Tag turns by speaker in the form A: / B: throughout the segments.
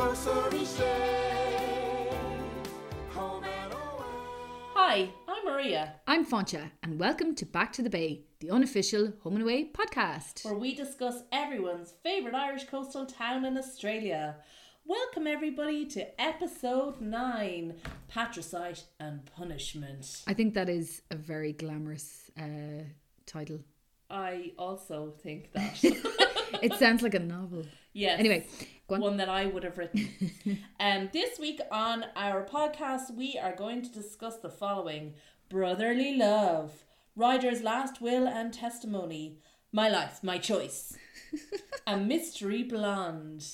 A: Nursery Shade. Home and away.
B: Hi, I'm Maria,
C: I'm Foncha, and welcome to Back to the Bay, the unofficial Home and Away podcast.
B: where we discuss everyone's favourite Irish coastal town in Australia. Welcome, everybody, to episode 9 Patricide and Punishment.
C: I think that is a very glamorous uh, title.
B: I also think that.
C: It sounds like a novel.
B: yes.
C: Anyway, go on.
B: One that I would have written. um, this week on our podcast, we are going to discuss the following Brotherly Love, Ryder's Last Will and Testimony, My Life, My Choice, A Mystery Blonde.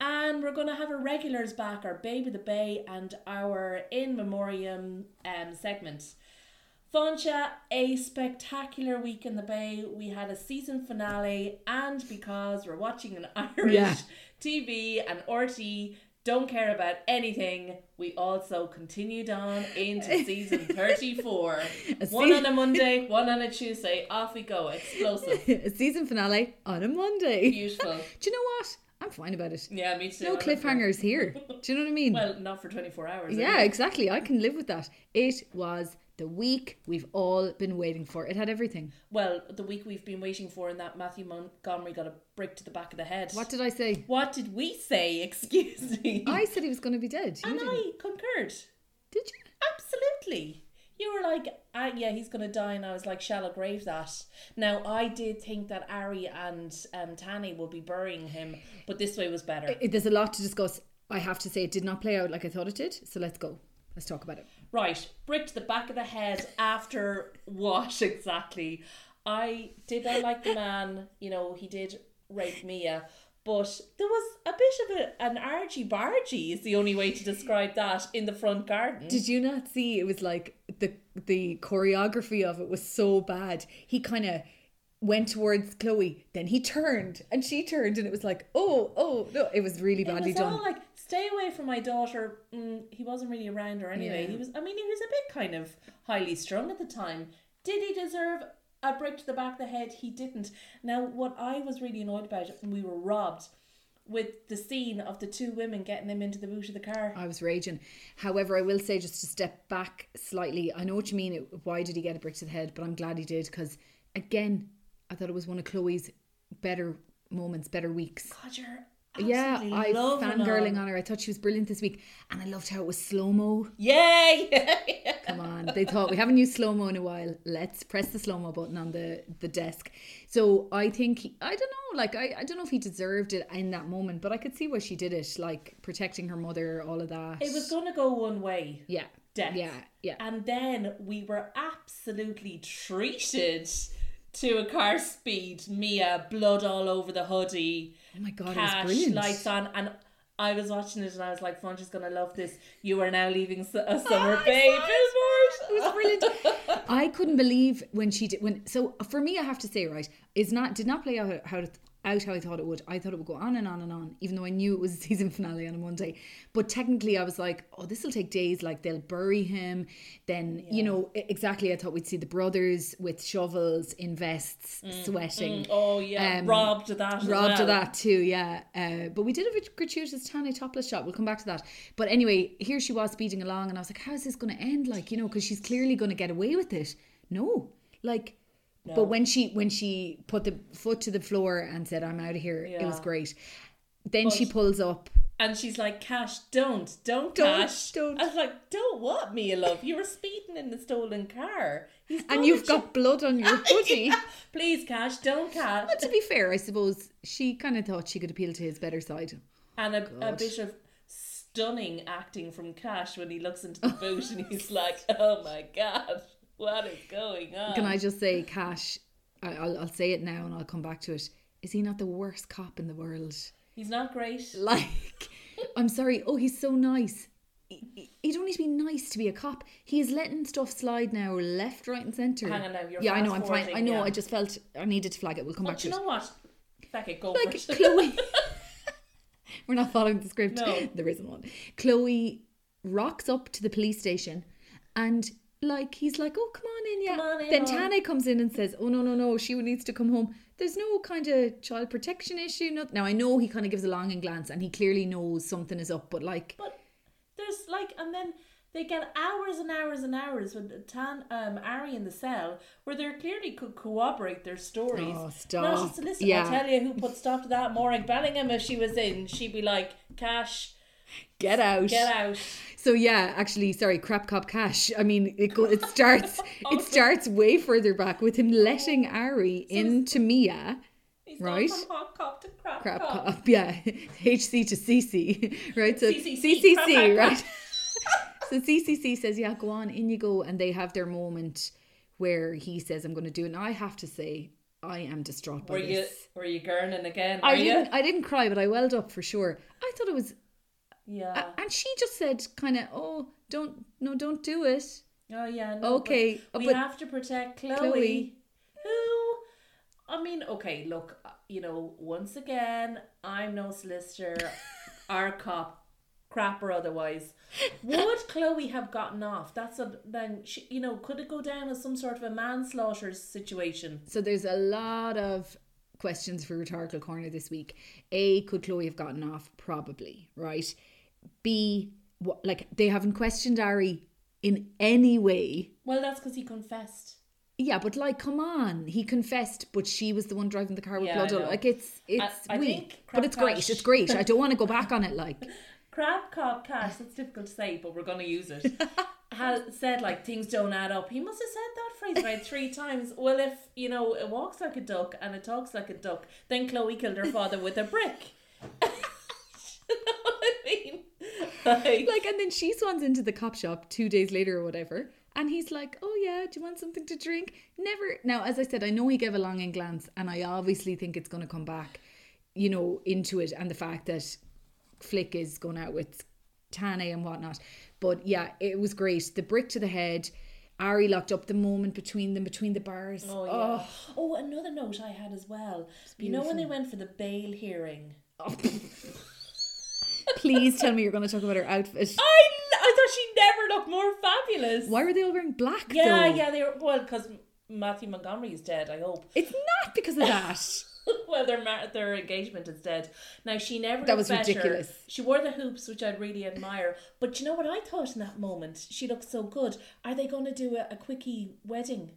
B: And we're going to have our regulars back, our Baby the Bay, and our In Memoriam um, segment. Foncha, a spectacular week in the Bay. We had a season finale, and because we're watching an Irish
C: Yeah.
B: TV and RT don't care about anything, we also continued on into season 34. one
C: sea-
B: on a Monday, one on a Tuesday. Off we go. Explosive.
C: a season finale on a Monday.
B: Beautiful.
C: Do you know what? I'm fine about it.
B: Yeah, me too. I
C: No
B: love that.
C: cliffhangers here. Do you know what I mean?
B: Well, not for 24 hours.
C: yeah,
B: anyway.
C: exactly. I can live with that. It was the week we've all been waiting for. It had everything.
B: Well, the week we've been waiting for, and that Matthew Montgomery got a brick to the back of the head.
C: What did I say?
B: What did we say? Excuse me.
C: I said he was going to be dead. You
B: and
C: didn't.
B: I concurred.
C: Did you?
B: Absolutely. You were like, ah, yeah, he's going to die. And I was like, shallow grave that. Now, I did think that Ari and um, Tani will be burying him, but this way was better.
C: It- There's a lot to discuss. I have to say, it did not play out like I thought it did. So let's go. Let's talk about it.
B: Right, brick to the back of the head after what exactly? I did I like the man, you know, he did rape Mia, but there was a bit of a, an argy bargy is the only way to describe that in the front garden.
C: Did you not see? It was like the the choreography of it was so bad. He kind of went towards Chloe, then he turned, and she turned, and it was like, oh, oh, no, it was really
B: It
C: badly
B: was
C: done.
B: all like stay away from my daughter. Mm, he wasn't really around her anyway.
C: Yeah.
B: He was. I mean, he was a bit kind of highly strung at the time. Did he deserve a break to the back of the head? He didn't. Now, what I was really annoyed about, and we were robbed with the scene of the two women getting him into the boot of the car.
C: I was raging. However, I will say just to step back slightly. I know what you mean. it- Why did he get a brick to the head? But I'm glad he did because again, I thought it was one of Chloe's better moments, better weeks.
B: God, you're
C: Yeah,
B: absolutely
C: I
B: loving
C: fangirling
B: on.
C: on her. I thought she was brilliant this week, and I loved how it was slow mo.
B: Yay!
C: Come on. They thought we haven't used slow mo in a while. Let's press the slow mo button on the, the desk. So I think, he, I don't know, like, I, I don't know if he deserved it in that moment, but I could see why she did it, like protecting her mother, all of that.
B: it was gonna go one way.
C: Yeah.
B: death.
C: Yeah. Yeah.
B: And then we were absolutely treated to a car speed. Mia, blood all over the hoodie,
C: oh my God, it was
B: cash,
C: brilliant.
B: lights on, and I was watching it and I was like, Fonja's gonna love this. You are now leaving s-
C: Ah,
B: a summer
C: I
B: babe.
C: saw
B: It was
C: brilliant. I couldn't believe when she did when so for me I have to say right is not did not play out how out how I thought it would. I thought it would go on and on and on, even though I knew it was a season finale on a Monday. But technically, I was like, "Oh, this will take days. Like they'll bury him, then you know e- exactly." I thought we'd see the brothers with shovels in vests, sweating,
B: Oh yeah,
C: Um,
B: robbed of that. as
C: robbed
B: well.
C: of that too. Yeah, uh, but we did have a gratuitous Tanya topless shot. We'll come back to that. But anyway, here she was speeding along, and I was like, "How's this going to end?" Like you know, because she's clearly going to get away with it. No, like. But when she when she put the foot to the floor and said, "I'm out of here," it was
B: Yeah.
C: great. Then she pulls up.
B: And she's like, Cash, don't, don't,
C: Don't,
B: Cash.
C: don't.
B: I was like, don't what, Mia love? You were speeding in the stolen car. He's
C: And
B: gonna
C: you've
B: ch-
C: got blood on your hoodie.
B: Please, Cash, don't, Cash.
C: But to be fair, I suppose she kind of thought she could appeal to his better side.
B: and a, a bit of stunning acting from Cash when he looks into the boot and he's like, "Oh my god, what is going on?"
C: Can I just say, Cash? I- I'll, I'll say it now, and I'll come back to it. Is he not the worst cop in the world?
B: He's not great.
C: Like, I'm sorry. Oh, he's so nice. He- he- You don't need to be nice to be a cop. He is letting stuff slide now, left, right, and centre.
B: Hang on now, you're
C: yeah, I know. I'm fine.
B: fast-forwarding,
C: I know.
B: yeah.
C: I just felt I needed to flag it. We'll come back
B: But
C: to
B: you
C: it.
B: know what, Becca, go for
C: like
B: it.
C: Chloe. We're not following the script.
B: No.
C: There isn't one. Chloe rocks up to the police station and like he's like, oh come on in, yeah.
B: Come on in,
C: then
B: all right.
C: Tana comes in and says, oh no no no, she needs to come home. There's no kind of child protection issue. No. Now I know he kind of gives a longing glance and he clearly knows something is up, but like
B: But there's like, and then they get hours and hours and hours with Tan, um, Ari in the cell, where they clearly could corroborate their stories.
C: Oh,
B: Now
C: stop.
B: she's listen,
C: Yeah.
B: I tell you who put stop to that. Morag Bellingham, if she was in, she'd be like, Cash,
C: get out.
B: get out.
C: So yeah, actually, sorry, crap cop cash. I mean, it go, it starts it starts way further back with him letting Ari into Mia.
B: He's gone
C: Right.
B: from hot cop to crap,
C: crap
B: cop.
C: cop. Yeah, HC to CC, right? So
B: CCC,
C: CCC,
B: crap
C: right? so CCC says, "Yeah, go on, in you go," and they have their moment where he says, "I'm going to do," it. and I have to say, I am distraught by
B: Were
C: this.
B: you, were you gurning again? Were
C: I
B: you?
C: didn't, I didn't cry, but I welled up for sure. I thought it was,
B: Yeah.
C: and she just said, kind of, "Oh, don't, no, don't do it."
B: Oh yeah. No,
C: Okay,
B: but we
C: but-
B: have to protect Chloe,
C: Chloe.
B: Who? I mean, okay. Look, uh, you know, once again, I'm no solicitor, our cop, crap or otherwise. Would Chloe have gotten off? That's a then. She, you know, could it go down as some sort of a manslaughter situation?
C: So there's a lot of questions for rhetorical corner this week. A, could Chloe have gotten off? Probably, right? B, what, like they haven't questioned Ari in any way.
B: Well, that's because he confessed.
C: Yeah, but like, come on, he confessed, but she was the one driving the car with
B: Yeah,
C: blood.
B: I
C: all-
B: know.
C: Like it's it's
B: I think
C: weak, but it's great.
B: Kravkash-
C: It's great. I don't want to go back on it. Like,
B: Crab Cobb Cash, that's difficult to say, but we're going to use it, has said, like, things don't add up. He must have said that phrase right three times. Well, if, you know, it walks like a duck and it talks like a duck, then Chloe killed her father with a brick. you know what I mean? Like,
C: like, and then she swans into the cop shop two days later or whatever. And he's like, "Oh yeah, do you want something to drink?" Never. Now, as I said, I know he gave a longing glance, and I obviously think it's going to come back, you know, into it, and the fact that Flick is going out with Tane and whatnot. But yeah, it was great. The brick to the head. Ari locked up the moment between them, between the bars.
B: oh, yeah. Oh, another note I had as well. You know, when they went for the bail hearing,
C: Oh. Please tell me you're going to talk about her outfit.
B: I, I thought she never looked more fabulous.
C: Why were they all wearing black?
B: Yeah,
C: though?
B: yeah, they were, well, because Matthew Montgomery is dead, I hope.
C: It's not because of that.
B: well, their mar- their engagement is dead. Now she never
C: That
B: looked
C: was
B: better.
C: ridiculous.
B: She wore the hoops, which I really admire. But you know what I thought in that moment? She looked so good. Are they going to do a, a quickie wedding?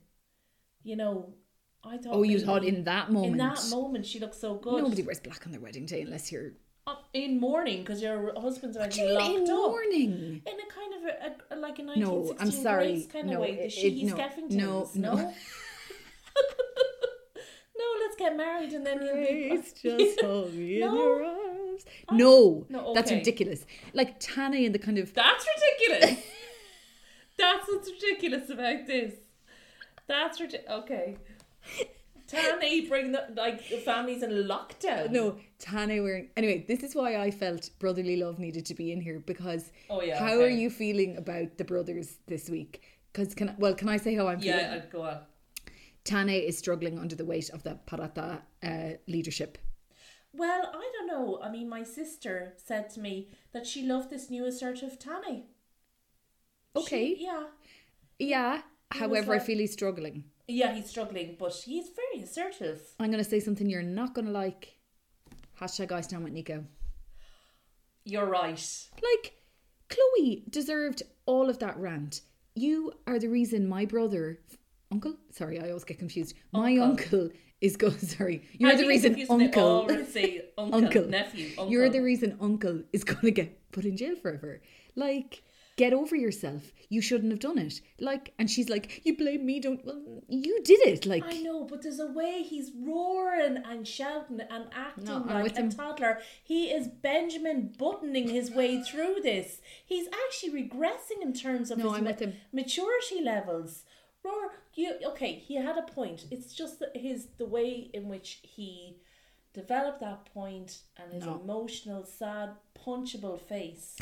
B: You know, I thought.
C: Oh, you
B: maybe
C: thought in that moment.
B: in that moment she looked so good.
C: Nobody wears black on their wedding day unless you're
B: Uh, in mourning because your husband's already
C: in
B: locked up.
C: mourning.
B: In a kind of a, a- a like a nineteen
C: No, I'm sorry.
B: kind
C: No,
B: of way. The
C: it-
B: she,
C: it-
B: he's
C: no.
B: Geffingtons,
C: No, no.
B: no. No, let's get married and then you'll be.
C: Please just hold me in
B: No.
C: your arms. No,
B: No,
C: that's
B: okay.
C: ridiculous. Like Tana in the kind of
B: That's ridiculous. That's what's ridiculous about this. That's ridiculous. Okay. Tanny bring the like the families in lockdown.
C: no Tana wearing. Anyway, this is why I felt brotherly love needed to be in here because.
B: Oh, yeah,
C: How
B: okay.
C: are you feeling about the brothers this week? Because can I, well, can I say how I'm feeling?
B: Yeah, I'd go on.
C: Tane is struggling under the weight of the Parata uh, leadership.
B: Well, I don't know. I mean, my sister said to me that she loved this new assertive Tanny.
C: Okay.
B: She- yeah.
C: yeah. However, I
B: like-
C: feel he's struggling.
B: Yeah, he's struggling, but he's very assertive.
C: I'm going to say something you're not going to like. Hashtag I stand with Nico.
B: You're right.
C: Like, Chloe deserved all of that rant. You are the reason my brother, uncle, sorry, I always get confused. My uncle is going, sorry, you're
B: I
C: the
B: think
C: reason
B: if you- they
C: uncle.
B: already say uncle,
C: uncle,
B: nephew, uncle.
C: You're the reason uncle is going to get put in jail forever. Like, get over yourself. You shouldn't have done it. Like, and she's like, you blame me, don't. Well, you did it. Like,
B: I know, but there's a way he's roaring and shouting and acting
C: No, I'm
B: like
C: with
B: a
C: him.
B: toddler. He is Benjamin buttoning his way through this. He's actually regressing in terms of
C: No,
B: his
C: I'm
B: ma-
C: with him.
B: maturity levels. Roar, you okay? He had a point. It's just that his the way in which he developed that point and his
C: No.
B: emotional, sad, punchable face.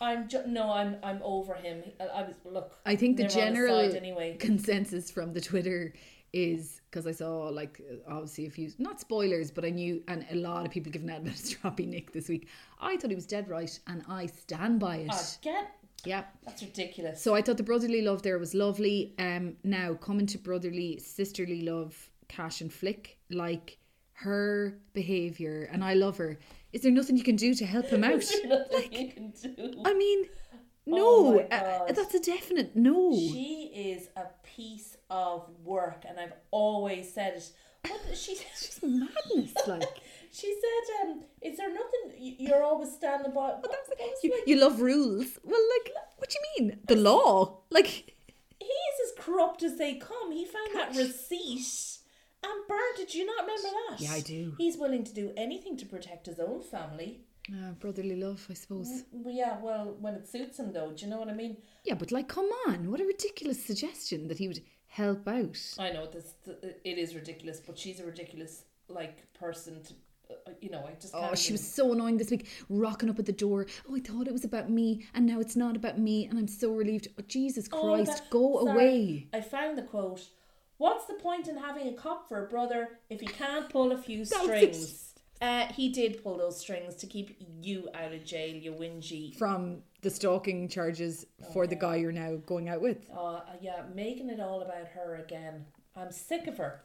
B: I'm ju- no, I'm I'm over him. I, I was look.
C: I think the
B: never on his
C: general
B: side anyway.
C: consensus from the Twitter is because I saw like obviously a few not spoilers, but I knew and a lot of people giving out about Stroppy Nick this week. I thought he was dead right, and I stand by it.
B: Ah, get
C: Yeah.
B: That's ridiculous.
C: So I thought the brotherly love there was lovely. Um, now coming to brotherly sisterly love, Cash and Flick, like her behavior, and I love her. Is there nothing you can do to help him out?
B: nothing you can do.
C: I mean,
B: Oh
C: no,
B: my
C: uh,
B: God.
C: that's a definite no.
B: She is a piece of work, and I've always said it. What did she?
C: It's madness, like
B: She said, um, "Is there nothing y- you're always standing by?" What, what was
C: you,
B: like-
C: you love rules. Well, like what do you mean? The law, like
B: he is as corrupt as they come. He found that receipt and burnt it. Do you not remember that?
C: Yeah, I do.
B: He's willing to do anything to protect his own family.
C: uh, brotherly love, I suppose.
B: Well, yeah, well, when it suits him, though, do you know what I mean?
C: Yeah, but like, come on, what a ridiculous suggestion that he would help out.
B: I know this. th- It is ridiculous, but she's a ridiculous like person. To, uh, you know, I just. Can't
C: Oh, she
B: even-
C: was so annoying this week, rocking up at the door. Oh, I thought it was about me, and now it's not about me, and I'm so relieved. Oh, Jesus
B: Oh,
C: Christ,
B: that-
C: go
B: sorry,
C: away.
B: I found the quote. What's the point in having a cop for a brother if he can't pull a few
C: That was
B: strings? Uh, he did pull those strings to keep you out of jail, you whingy.
C: From the stalking charges for the guy you're now going out with.
B: Uh, yeah, making it all about her again. I'm sick of her.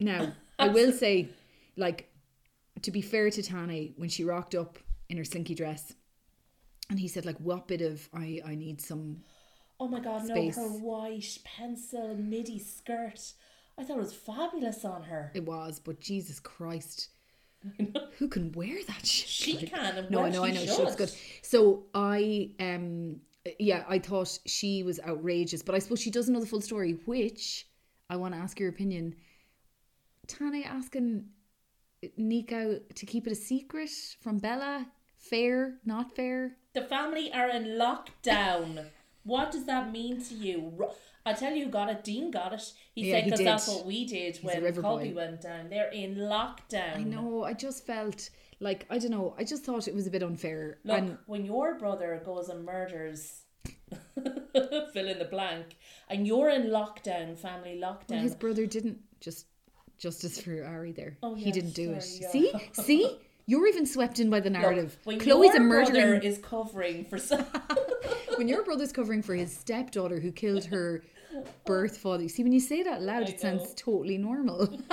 C: Now, I will say, like, to be fair to Tani, when she rocked up in her slinky dress, and he said, like, what bit of I, I need some
B: Oh my god,
C: Space.
B: no, her white pencil midi skirt. I thought it was fabulous on her.
C: it was, but Jesus Christ. Who can wear that shit?
B: She can, and
C: No,
B: why
C: I know, I
B: she
C: know.
B: should.
C: She was good. So I, um, yeah, I thought she was outrageous, but I suppose she doesn't know the full story, which I want to ask your opinion. Tane asking Nico to keep it a secret from Bella, fair, not fair.
B: The family are in lockdown. What does that mean to you? Ro- I tell you, got it. Dean got it. He
C: Yeah,
B: said
C: he
B: because
C: did.
B: that's what we did when
C: river
B: Colby
C: boy.
B: went down. They're in lockdown.
C: I know. I just felt like I don't know. I just thought it was a bit unfair.
B: Look,
C: and
B: when your brother goes and murders, fill in the blank, and you're in lockdown, family
C: well,
B: lockdown.
C: his brother didn't just justice for Ari there.
B: Oh,
C: he
B: yeah,
C: didn't do it.
B: sorry,
C: See, see, you're even swept in by the
B: Look,
C: narrative.
B: when
C: Chloe's
B: your
C: a murdering
B: brother is covering for some.
C: when your brother's covering for his stepdaughter who killed her birth father, you see, when you say that loud,
B: I
C: it sounds
B: know.
C: totally normal.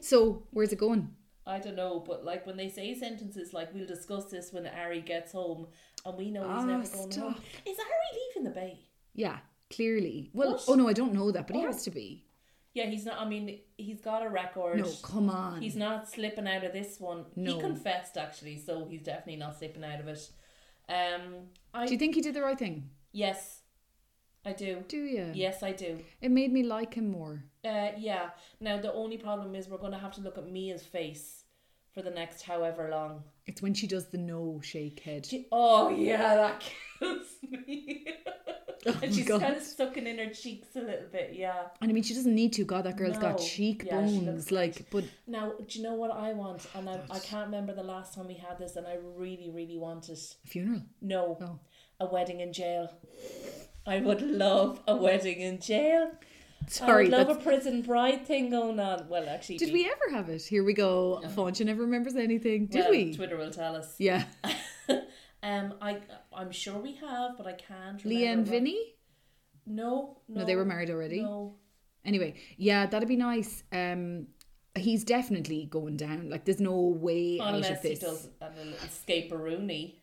C: so, where's it going?
B: I don't know, but like when they say sentences like "We'll discuss this when Ari gets home," and we know he's
C: Ah,
B: never going
C: stop.
B: home. Is Ari leaving the bay?
C: Yeah, clearly. Well,
B: What?
C: oh no, I don't know that, but he
B: Oh.
C: has to be.
B: Yeah, he's not. I mean, he's got a record.
C: No, come on.
B: he's not slipping out of this one.
C: No.
B: He confessed actually, so he's definitely not slipping out of it. Um, I
C: do you think he did the right thing?
B: yes, I do.
C: Do you?
B: Yes, I do.
C: It made me like him more.
B: Uh, yeah. Now the only problem is we're going to have to look at Mia's face for the next however long.
C: It's when she does the no shake head.
B: She, oh yeah, that kills me. and
C: Oh my
B: she's
C: God.
B: kind of sucking in her cheeks a little bit. Yeah.
C: and I mean, she doesn't need to. God, that girl's got
B: No.
C: cheekbones.
B: Yeah, she looks
C: like, but
B: Now, do you know what I want? And I, I can't remember the last time we had this, and I really, really want it.
C: a funeral.
B: No,
C: No.
B: a wedding in jail. I would love a wedding in jail.
C: Sorry.
B: I would love
C: that's-
B: a prison bride thing going on. Well, actually,
C: Did we ever have it? Here we go. Foncha never remembers anything. Did
B: well,
C: we?
B: Twitter will tell us.
C: yeah.
B: um, I I'm sure we have, but I can't. Remember
C: Leah and
B: when-
C: Vinny?
B: No, no,
C: No, they were married already.
B: No,
C: Anyway, yeah, that'd be nice. Um, he's definitely going down. Like, there's no way out of
B: unless he
C: this.
B: does an escape rooney.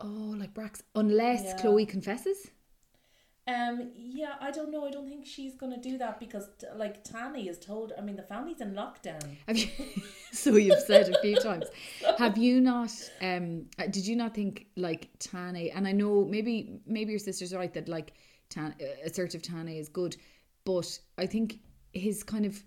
C: Oh, like Brax. Unless
B: Yeah.
C: Chloe confesses.
B: Um. Yeah, I don't know. I don't think she's gonna do that because, t- like, Tani is told. I mean, the family's in lockdown.
C: Have you? so you've said a few times. Have you not? Um, uh, did you not think like Tane? And I know maybe maybe your sister's right that like Tan, uh, assertive Tane is good, but I think his kind of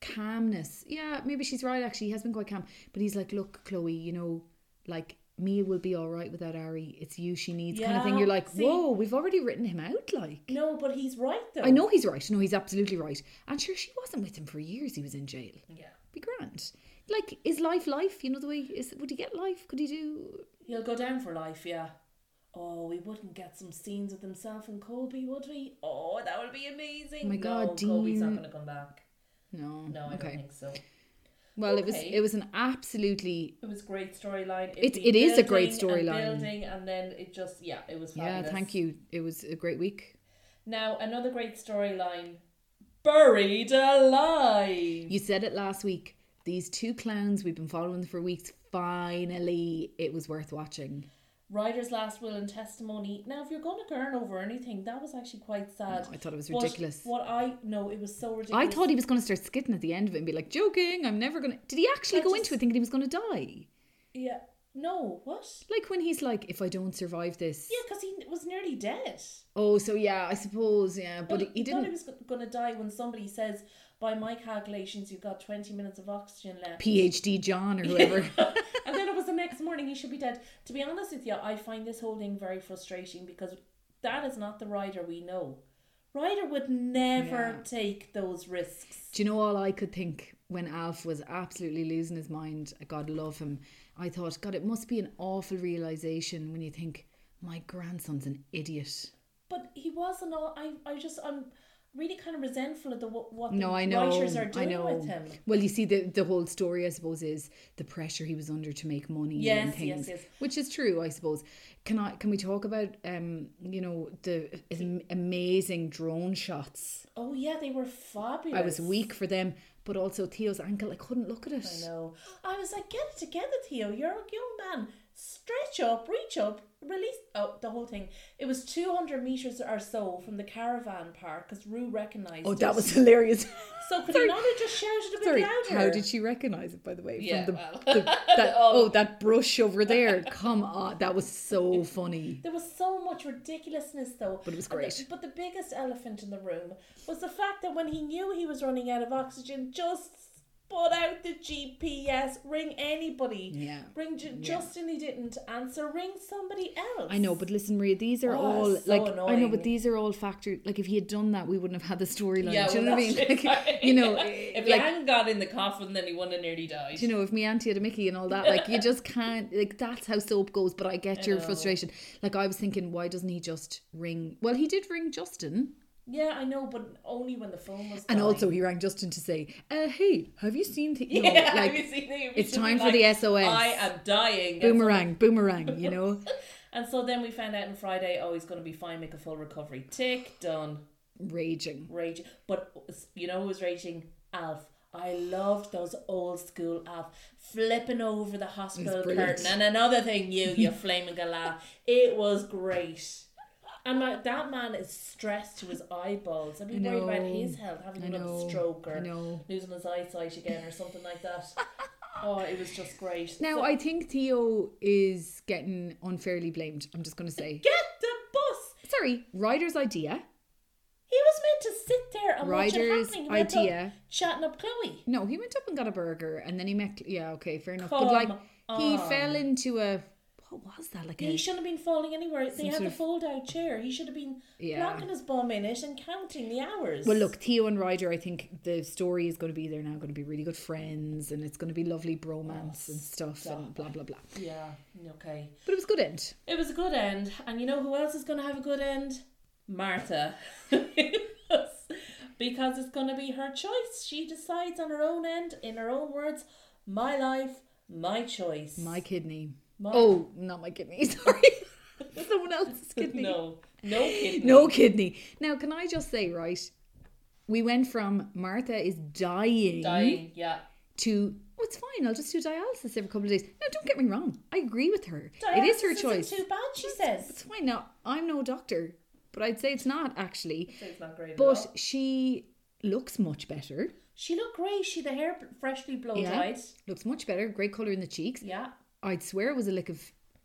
C: calmness. Yeah, maybe she's right. Actually, he has been quite calm. But he's like, look, Chloe, you know, like. Mia will be all right without Ari. It's you she needs, kind of thing.
B: Yeah,
C: You're like,
B: see-
C: whoa, we've already written him out. Like,
B: No, but he's right though.
C: I know he's right. No, he's absolutely right. And sure, she wasn't with him for years. He was in jail
B: Yeah,
C: be grand. Like, is life life? You know the way is. Would he get life? Could he do?
B: he'll go down for life. Yeah. Oh, we wouldn't get some scenes with himself and Colby, would we? Oh, that would be amazing.
C: Oh my God,
B: no, Colby's not
C: Dean.
B: gonna come back.
C: No.
B: No, I
C: okay.
B: don't think so.
C: Well, it was
B: Okay.
C: it was an absolutely
B: It was great storyline.
C: It's-
B: been
C: it is a great
B: building and
C: storyline.
B: Building and then it just yeah, it was fabulous.
C: yeah. Thank you. It was a great week.
B: Now another great storyline. Buried alive.
C: You said it last week. These two clowns we've been following for weeks. Finally, it was worth watching.
B: Ryder's last will and testimony. Now, if you're going to girl over anything, that was actually quite sad.
C: I thought it was
B: But
C: ridiculous.
B: What I no, it was so ridiculous.
C: I thought he was going to start skidding at the end of it and be like, "Joking, I'm never going to." Did he actually
B: I
C: go
B: just-
C: into it thinking he was going to die?
B: yeah, no, what?
C: Like when he's like, "If I don't survive this."
B: Yeah, because he was nearly dead.
C: Oh, so yeah, I suppose yeah,
B: Well,
C: but he
B: thought he
C: didn't.
B: was going to die when somebody says, by my calculations, you've got twenty minutes of oxygen left.
C: PhD John or whoever.
B: and then it was the next morning he should be dead. To be honest with you, I find this whole thing very frustrating because that is not the rider we know. Ryder would never
C: Yeah.
B: take those risks.
C: Do you know all I could think when Alf was absolutely losing his mind? God love him. I thought, God, it must be an awful realization when you think, my grandson's an idiot.
B: But he wasn't all. I, I just, I'm really kind of resentful of the what, what
C: No,
B: the
C: I know.
B: writers are
C: I
B: doing
C: know.
B: with him.
C: Well, you see, the the whole story, I suppose, is the pressure he was under to make money and
B: Yes, yes,
C: things,
B: yes.
C: which is true, I suppose. Can I? Can we talk about, um, you know, the am- amazing drone shots?
B: Oh yeah, they were fabulous.
C: I was weak for them, but also Theo's ankle, I couldn't look at it.
B: I know. I was like, get it together, Theo. You're a young man. Stretch up, reach up, release. Oh, the whole thing. It was 200 meters or so from the caravan park because Rue recognized
C: Oh,
B: it.
C: that was hilarious.
B: So could
C: Sorry.
B: you not have just shouted a bit
C: Sorry,
B: louder?
C: how did she recognize it? By the way,
B: Yeah,
C: from the,
B: well.
C: the that, oh that brush over there. Come on, that was so funny.
B: There was so much ridiculousness, though.
C: But it was
B: And the-
C: great.
B: but the biggest elephant in the room was the fact that when he knew he was running out of oxygen, just put out the GPS, ring anybody.
C: Yeah.
B: Ring Ju- Justin, he didn't answer. Ring somebody else.
C: I know, but listen, Maria, these are
B: Oh,
C: all
B: so
C: like I know,
B: annoying.
C: but these are all factors. Like if he had done that, we wouldn't have had the storyline.
B: Yeah,
C: do you
B: well,
C: know what I mean?
B: that's it.
C: Like, you know,
B: if he
C: like,
B: hadn't got in the coffin, then he wouldn't have nearly died.
C: do you know, if me auntie had a Mickey and all that, like you just can't. Like that's how soap goes. But I get your
B: know.
C: frustration. Like I was thinking, why doesn't he just ring? Well, he did ring Justin,
B: yeah, I know, but only when the phone was.
C: and
B: dying.
C: also he rang Justin to say, uh, "Hey, have you seen?" The, you know,
B: yeah,
C: like,
B: you see, they- we
C: it's
B: should be
C: time for
B: like,
C: the SOS.
B: I am dying. And so-
C: boomerang, boomerang, you know?
B: And so then we found out on Friday, oh, he's going to be fine, make a full recovery. Tick, done,
C: Raging.
B: rage. But you know who was raging? Alf. I loved those old school Alf flipping over the hospital
C: brilliant.
B: curtain. And another thing, you, you flaming galah. It was great. And like that man is stressed to his eyeballs. I'd be
C: I
B: worried about
C: know.
B: his health, having
C: I
B: another
C: know.
B: stroke
C: I
B: or
C: know.
B: losing his eyesight again or something like that. oh, it was just great.
C: Now,
B: So-
C: I think Theo is getting unfairly blamed. I'm just going to say.
B: get the bus.
C: Sorry, Ryder's idea.
B: He was meant to sit there and
C: Ryder's
B: watch it happening. He went up
C: idea.
B: chatting up Chloe.
C: No, he went up and got a burger and then he met. Yeah, okay, fair enough.
B: Come
C: but like, he
B: on.
C: fell into a. What was that? Like
B: He
C: a.
B: shouldn't have been falling anywhere. They had
C: sort
B: the
C: of-
B: fold out chair. He should have been
C: Yeah.
B: planking his bum in it and counting the hours.
C: Well, look, Theo and Ryder, I think the story is going to be they're now going to be really good friends and it's going to be lovely bromance and stuff and blah, blah, blah.
B: Yeah, okay.
C: But it was a good end.
B: It was a good end. And you know who else is going to have a good end? Martha. because it's going to be her choice. She decides on her own end, in her own words, my life, my choice.
C: My kidney.
B: My-
C: Oh, not my kidney. Sorry, someone else's kidney.
B: No, no kidney.
C: No kidney. Now, can I just say, right? We went from Martha is dying,
B: Dying, yeah.
C: to oh, it's fine. I'll just do dialysis every couple of days. Now, don't get me wrong. I agree with her. it is
B: Dialysis
C: her
B: isn't
C: choice.
B: Too bad, she says.
C: It's fine. Now, I'm no doctor, but I'd say it's not actually.
B: It's not great. at all.
C: But she looks much better.
B: She looked great. She had the hair freshly blow
C: Yeah.
B: dried.
C: Looks much better. Great color in the cheeks.
B: Yeah.
C: I'd swear it was a lick of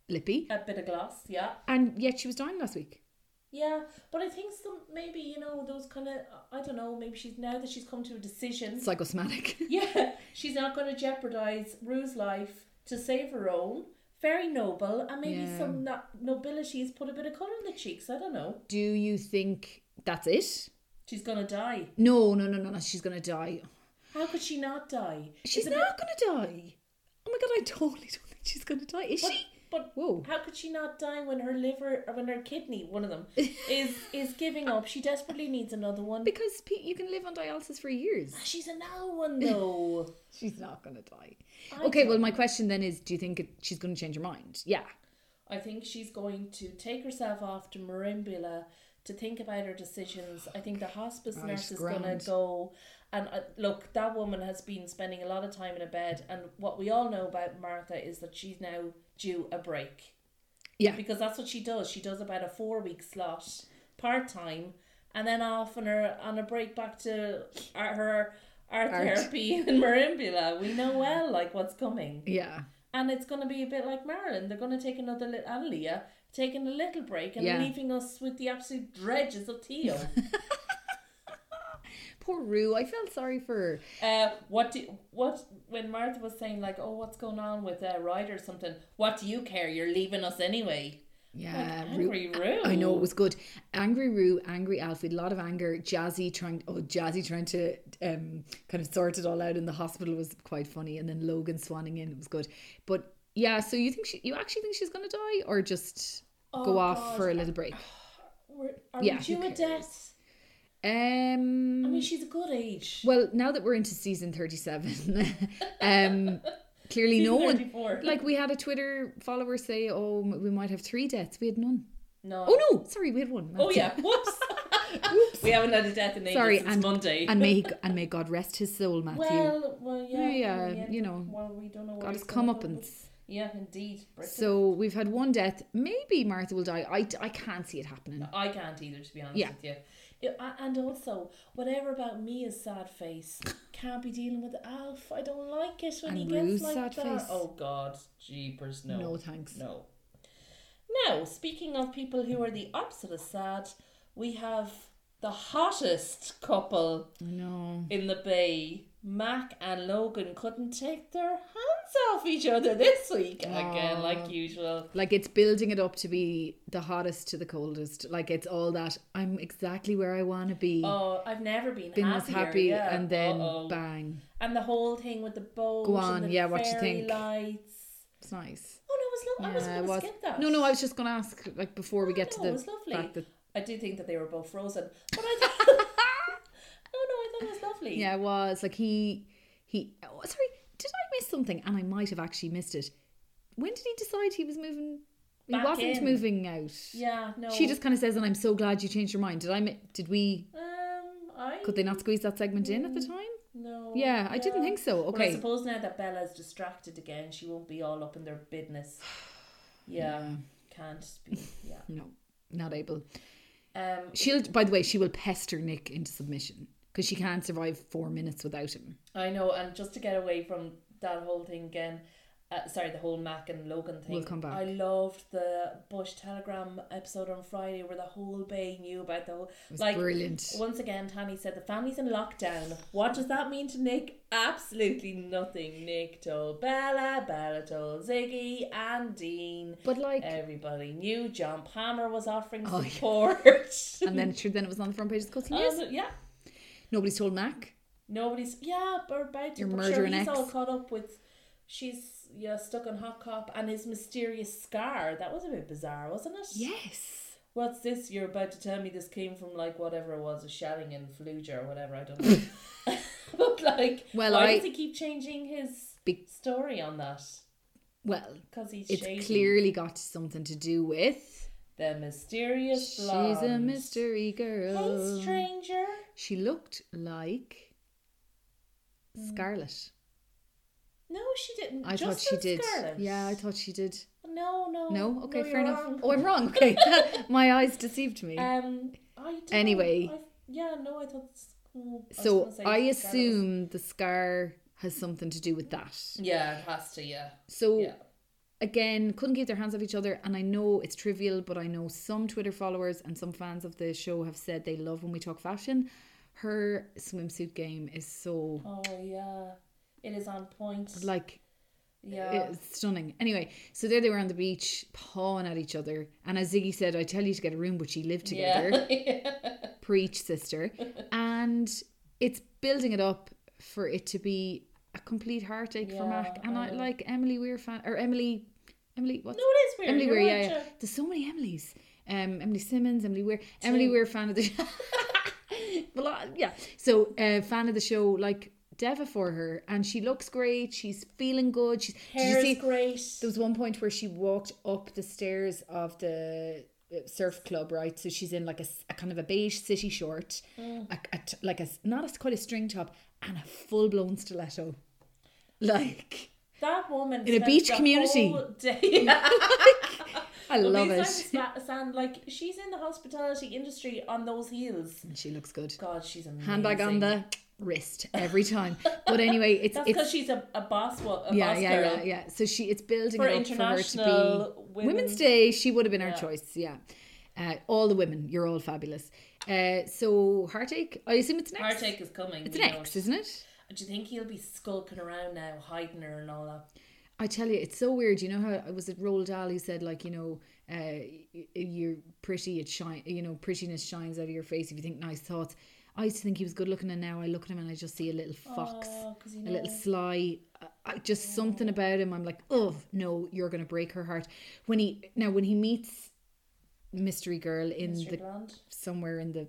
C: lippy.
B: A bit of gloss. Yeah.
C: And yet she was dying last week.
B: Yeah. But I think some maybe you know those kind of I don't know maybe she's now that she's come to a decision.
C: Psychosomatic.
B: Yeah, she's not going to jeopardize Rue's life to save her own. Very noble, and maybe
C: Yeah.
B: some no- nobility has put a bit of color in the cheeks. I don't know.
C: Do you think that's it?
B: She's gonna die.
C: No, no, no, no, no. She's gonna die.
B: How could she not die?
C: She's
B: It's a
C: not gonna die. Oh my god, I totally don't think she's gonna die. Is
B: But
C: she?
B: But
C: Whoa.
B: how could she not die when her liver or when her kidney, one of them, is is giving up? She desperately needs another one.
C: Because pe- you can live on dialysis for years.
B: She's an owl one though.
C: She's not going to die. okay, well, my question then is do you think it, she's going to change her mind? Yeah.
B: I think she's going to take herself off to Marimbula to think about her decisions. I think the hospice
C: Right,
B: nurse is going to
C: grand.
B: go. And uh, look, that woman has been spending a lot of time in a bed. And what we all know about Martha is that she's now due a break
C: Yeah.
B: because that's what she does. She does about a four week slot part time, and then off on her on a break back to our, her art,
C: Art.
B: therapy in Marimbula. We know well like what's coming,
C: Yeah.
B: and it's going to be a bit like Marilyn. They're going to take another little and Leah taking a little break and
C: Yeah.
B: leaving us with the absolute dredges of Theo.
C: Poor Rue. I felt sorry for her.
B: uh, what do what when Martha was saying like, oh, what's going on with uh, Ryder or something? What do you care? You're leaving us anyway.
C: Yeah. Rue-
B: Angry Rue.
C: Uh, I know it was good. Angry Rue, angry Alfie, a lot of anger. Jazzy trying, oh Jazzy trying to um kind of sort it all out in the hospital was quite funny, and then Logan swanning in it was good. But yeah, so you think she, you actually think she's gonna die, or just go
B: Oh,
C: off
B: God.
C: for a little break?
B: We're- Are
C: Yeah,
B: we due
C: who
B: a
C: cares?
B: death?
C: Um,
B: I mean, she's a good age.
C: well, now that we're into season thirty-seven, um, clearly
B: Season
C: no one.
B: 34.
C: Like we had a Twitter follower say, "Oh, m- we might have three deaths. We had none.
B: no.
C: Oh no, sorry, we had one.
B: Oh yeah. Whoops. We haven't had a death in ages
C: Sorry,
B: since
C: and-
B: Monday.
C: and may he, and may God rest his soul, Matthew.
B: well, well, yeah,
C: Yeah,
B: yeah,
C: you know,
B: Well, we don't know. where
C: God has
B: he's gonna
C: come up
B: go,
C: and
B: but- Yeah, indeed. Britain.
C: so we've had one death. Maybe Martha will die. I, I can't see it happening.
B: I can't either, to be honest
C: Yeah.
B: with you. It- a- and also, whatever about Mia's sad face can't be dealing with Alf. I don't like it when
C: And
B: he gets
C: Rue's
B: like
C: sad
B: that.
C: face.
B: Oh God, jeepers, no,
C: No, thanks.
B: no. Now, speaking of people who are the opposite of sad, we have the hottest couple
C: No.
B: in the bay. Mac and Logan couldn't take their hands off each other this week again, like usual.
C: Like it's building it up to be the hottest to the coldest. Like it's all that I'm exactly where I want to be.
B: Oh, I've never been,
C: Been
B: happier.
C: this happy,
B: yeah.
C: and then
B: Uh-oh.
C: bang.
B: and the whole thing with the boat.
C: Go
B: and
C: on,
B: the
C: yeah, what you
B: fairy
C: think?
B: Lights.
C: It's nice.
B: Oh no, it was lovely. I was going to skip that.
C: No, no, I was just gonna ask. Like before we
B: No,
C: get to
B: no,
C: the
B: it was lovely.
C: fact that
B: I do think that they were both frozen, but I thought. no, no, I thought it was lovely.
C: yeah, it was like he he. Oh, sorry, did I miss something? And I might have actually missed it. When did he decide he was moving? He
B: Back
C: wasn't
B: in.
C: moving out.
B: Yeah, no.
C: She just kind of says, "And I'm so glad you changed your mind." Did I? mi- Did we?
B: Um, I
C: Could they not squeeze that segment in at the time?
B: no.
C: Yeah, I didn't think so.
B: But I
C: Okay.
B: suppose now that Bella's distracted again, she won't be all up in their business. Yeah, can't be. Yeah.
C: No, not able.
B: Um,
C: She'll. By the way, she will pester Nick into submission because she can't survive four minutes without him.
B: I know, and just to get away from that whole thing again, uh, sorry, the whole Mac and Logan thing.
C: We'll come back.
B: I loved the Bush Telegram episode on Friday where the whole bay knew about the whole.
C: was brilliant.
B: Once again, Tammy said the family's in lockdown. What does that mean to Nick? Absolutely nothing. Nick told Bella, Bella told Ziggy and Dean.
C: But like,
B: Everybody knew John Palmer was offering
C: Oh, yeah.
B: support.
C: and then sure, then it was on the front page of the Scottish
B: Um,
C: News.
B: yeah.
C: Nobody's told Mac.
B: Nobody's yeah, but about to
C: Your
B: but sure,
C: murdering
B: he's
C: ex.
B: all caught up with she's yeah, stuck on hot cop and his mysterious scar. That was a bit bizarre, wasn't it?
C: Yes.
B: What's this? You're about to tell me this came from like whatever it was, a shelling in Fallujah or whatever, I don't know. but like
C: Well,
B: why
C: I-
B: does he keep changing his
C: Be-
B: story on that?
C: Well,
B: Because he's
C: it's
B: shady.
C: clearly got something to do with.
B: the mysterious blonde.
C: She's a mystery
B: Hey,
C: girl.
B: stranger.
C: she looked like Scarlet.
B: No, she didn't.
C: I thought
B: Just
C: she
B: in
C: did.
B: Scarlet.
C: Yeah, I thought she did.
B: No, Oh, no.
C: No, okay,
B: you're
C: fair enough.
B: wrong.
C: Oh, I'm wrong. Okay, my eyes deceived me.
B: Um, I don't,
C: Anyway.
B: I, yeah, no, I thought. s- mm, I was
C: so
B: gonna say
C: I
B: scarlet.
C: assume the scar has something to do with that.
B: Yeah, it has to. Yeah.
C: So
B: Yeah.
C: again, couldn't keep their hands off each other, and I know it's trivial, but I know some Twitter followers and some fans of the show have said they love when we talk fashion. Her swimsuit game is so
B: Oh yeah, it is on point.
C: like
B: yeah.
C: It's stunning. Anyway, so there they were on the beach, pawing at each other. And as Ziggy said, I tell you to get a room, but she lived together. Preach, sister. And it's building it up for it to be a complete heartache for
B: Yeah,
C: Mac. And
B: I
C: I,
B: know.
C: like Emily Weir fan or Emily Emily, what?
B: No, it is Weir.
C: Emily
B: You're
C: Weir, yeah,
B: right,
C: yeah.
B: yeah.
C: There's so many Emilys. Um, Emily Simmons, Emily Weir. Emily Weir, fan of the show. well, uh, yeah. So, uh, fan of the show, like Deva for her. And she looks great. She's feeling good. She's,
B: Hair
C: did you
B: is
C: see,
B: great.
C: there was one point where she walked up the stairs of the uh, surf club, right? So she's in like a, s- a kind of a beige city short,
B: Mm.
C: a, a t- like a s- not as quite a string top, and a full blown stiletto, like
B: That woman
C: In a
B: spent
C: beach
B: the
C: community.
B: whole Day.
C: I love
B: Louise
C: it.
B: Simon's Sand, like she's in the hospitality industry on those heels.
C: And she looks good.
B: God, she's amazing.
C: Handbag on the wrist every time. But anyway, it's
B: That's because
C: it's
B: she's a, a boss, wo- a
C: yeah
B: boss
C: yeah
B: girl.
C: yeah yeah. So she it's building
B: For
C: it up for her to
B: International
C: be
B: Women's-
C: Women's Day. She would have been
B: Yeah.
C: our choice. Yeah, uh, all the women. You're all fabulous. Uh, so heartache. I assume it's next.
B: Heartache is coming.
C: It's
B: you know
C: next, isn't it?
B: Do you think he'll be skulking around now, hiding her and all that?
C: I tell you, it's so weird. You know how was it Roald Dahl who said like, you know, uh, y- y- you're pretty, it shine, you know, prettiness shines out of your face if you think nice thoughts. I used to think he was good looking, and now I look at him and I just see a little fox,
B: Oh, 'cause he
C: a little sly. I- I, just something about him. I'm like, oh no, you're gonna break her heart. When he now when he meets Mystery Girl in
B: Mr.
C: the
B: Blonde.
C: somewhere in the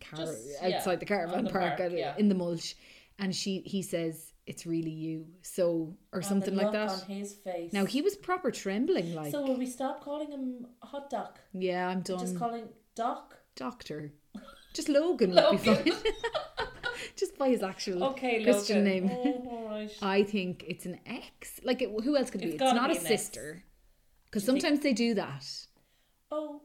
C: car
B: Just, yeah,
C: outside the caravan
B: on the
C: park,
B: park,
C: uh,
B: yeah.
C: in the mulch, and she he says it's really you, so or
B: And
C: something
B: the
C: like
B: look
C: that.
B: On his face.
C: Now he was proper trembling, like Um,
B: So will we stop calling him Hot Doc?
C: yeah, I'm done.
B: Just calling Doc.
C: Doctor, just Logan would be
B: Logan.
C: fine. just by his actual
B: Okay,
C: Christian
B: Logan.
C: name. Uh,
B: Oh, all right.
C: I think it's an ex. Like it, who else could it
B: It's
C: be? It's
B: gotta
C: not
B: be
C: a
B: an ex.
C: sister, because
B: Do you think-
C: sometimes they do that.
B: Oh,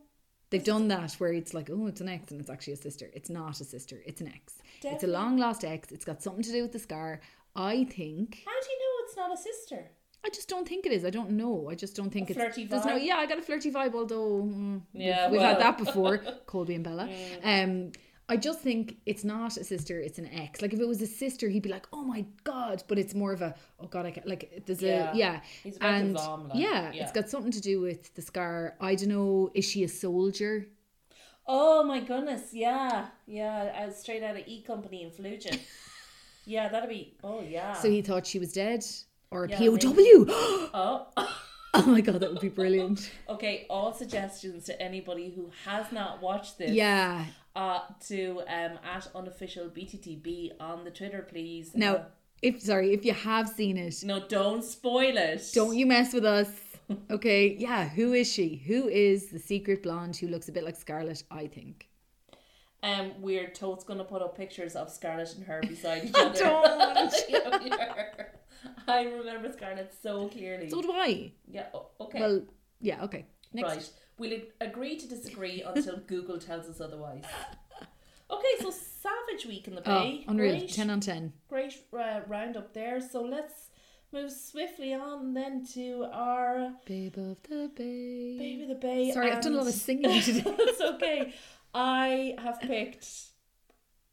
C: They've done that where it's like, oh, it's an ex, and it's actually a sister. It's not a sister. It's an ex. It's a
B: Definitely.
C: long lost ex. It's got something to do with the scar. I think.
B: how do you know it's not a sister?
C: I just don't think it is. I don't know. I just don't think
B: A
C: it's
B: flirty
C: there's no-
B: vibe?
C: yeah, I got a flirty vibe. Although mm,
B: Yeah,
C: we've, we've had
B: well.
C: that before, Colby and Bella. Um, I just think it's not a sister; it's an ex. Like if it was a sister, he'd be like, "Oh my god!" But it's more of a, "Oh god, I can't, like there's
B: Yeah.
C: a yeah,
B: He's about his
C: and
B: arm, like,
C: yeah,
B: yeah.
C: it's got something to do with the scar. I don't know. Is she a soldier?
B: Oh my goodness, yeah, yeah, I was straight out of E Company in Flugen. yeah, that'd be. Oh yeah.
C: So he thought she was dead or a
B: Yeah,
C: POW.
B: oh.
C: oh my god, that would be brilliant.
B: okay. All suggestions to anybody who has not watched this.
C: yeah.
B: Uh, to um at unofficial BTTB on the Twitter, please.
C: Now,
B: Uh,
C: if sorry, if you have seen it,
B: no, don't spoil it.
C: Don't you mess with us. Okay, yeah, who is she? Who is the secret blonde who looks a bit like Scarlett, I think?
B: Um, we're totes gonna put up pictures of Scarlett and her beside each other.
C: don't.
B: I remember Scarlett so clearly.
C: So do I.
B: yeah. o- Okay.
C: Well, yeah, okay. Next.
B: Right. We'll ag- agree to disagree until Google tells us otherwise. Okay, so Savage Week in the
C: Oh,
B: Bay.
C: unreal.
B: Great,
C: 10 on 10.
B: great uh, roundup there. So let's move swiftly on then to our
C: Babe of the Bay.
B: Baby the Bay.
C: Sorry, I've done a lot of
B: and-
C: singing today.
B: it's okay. I have picked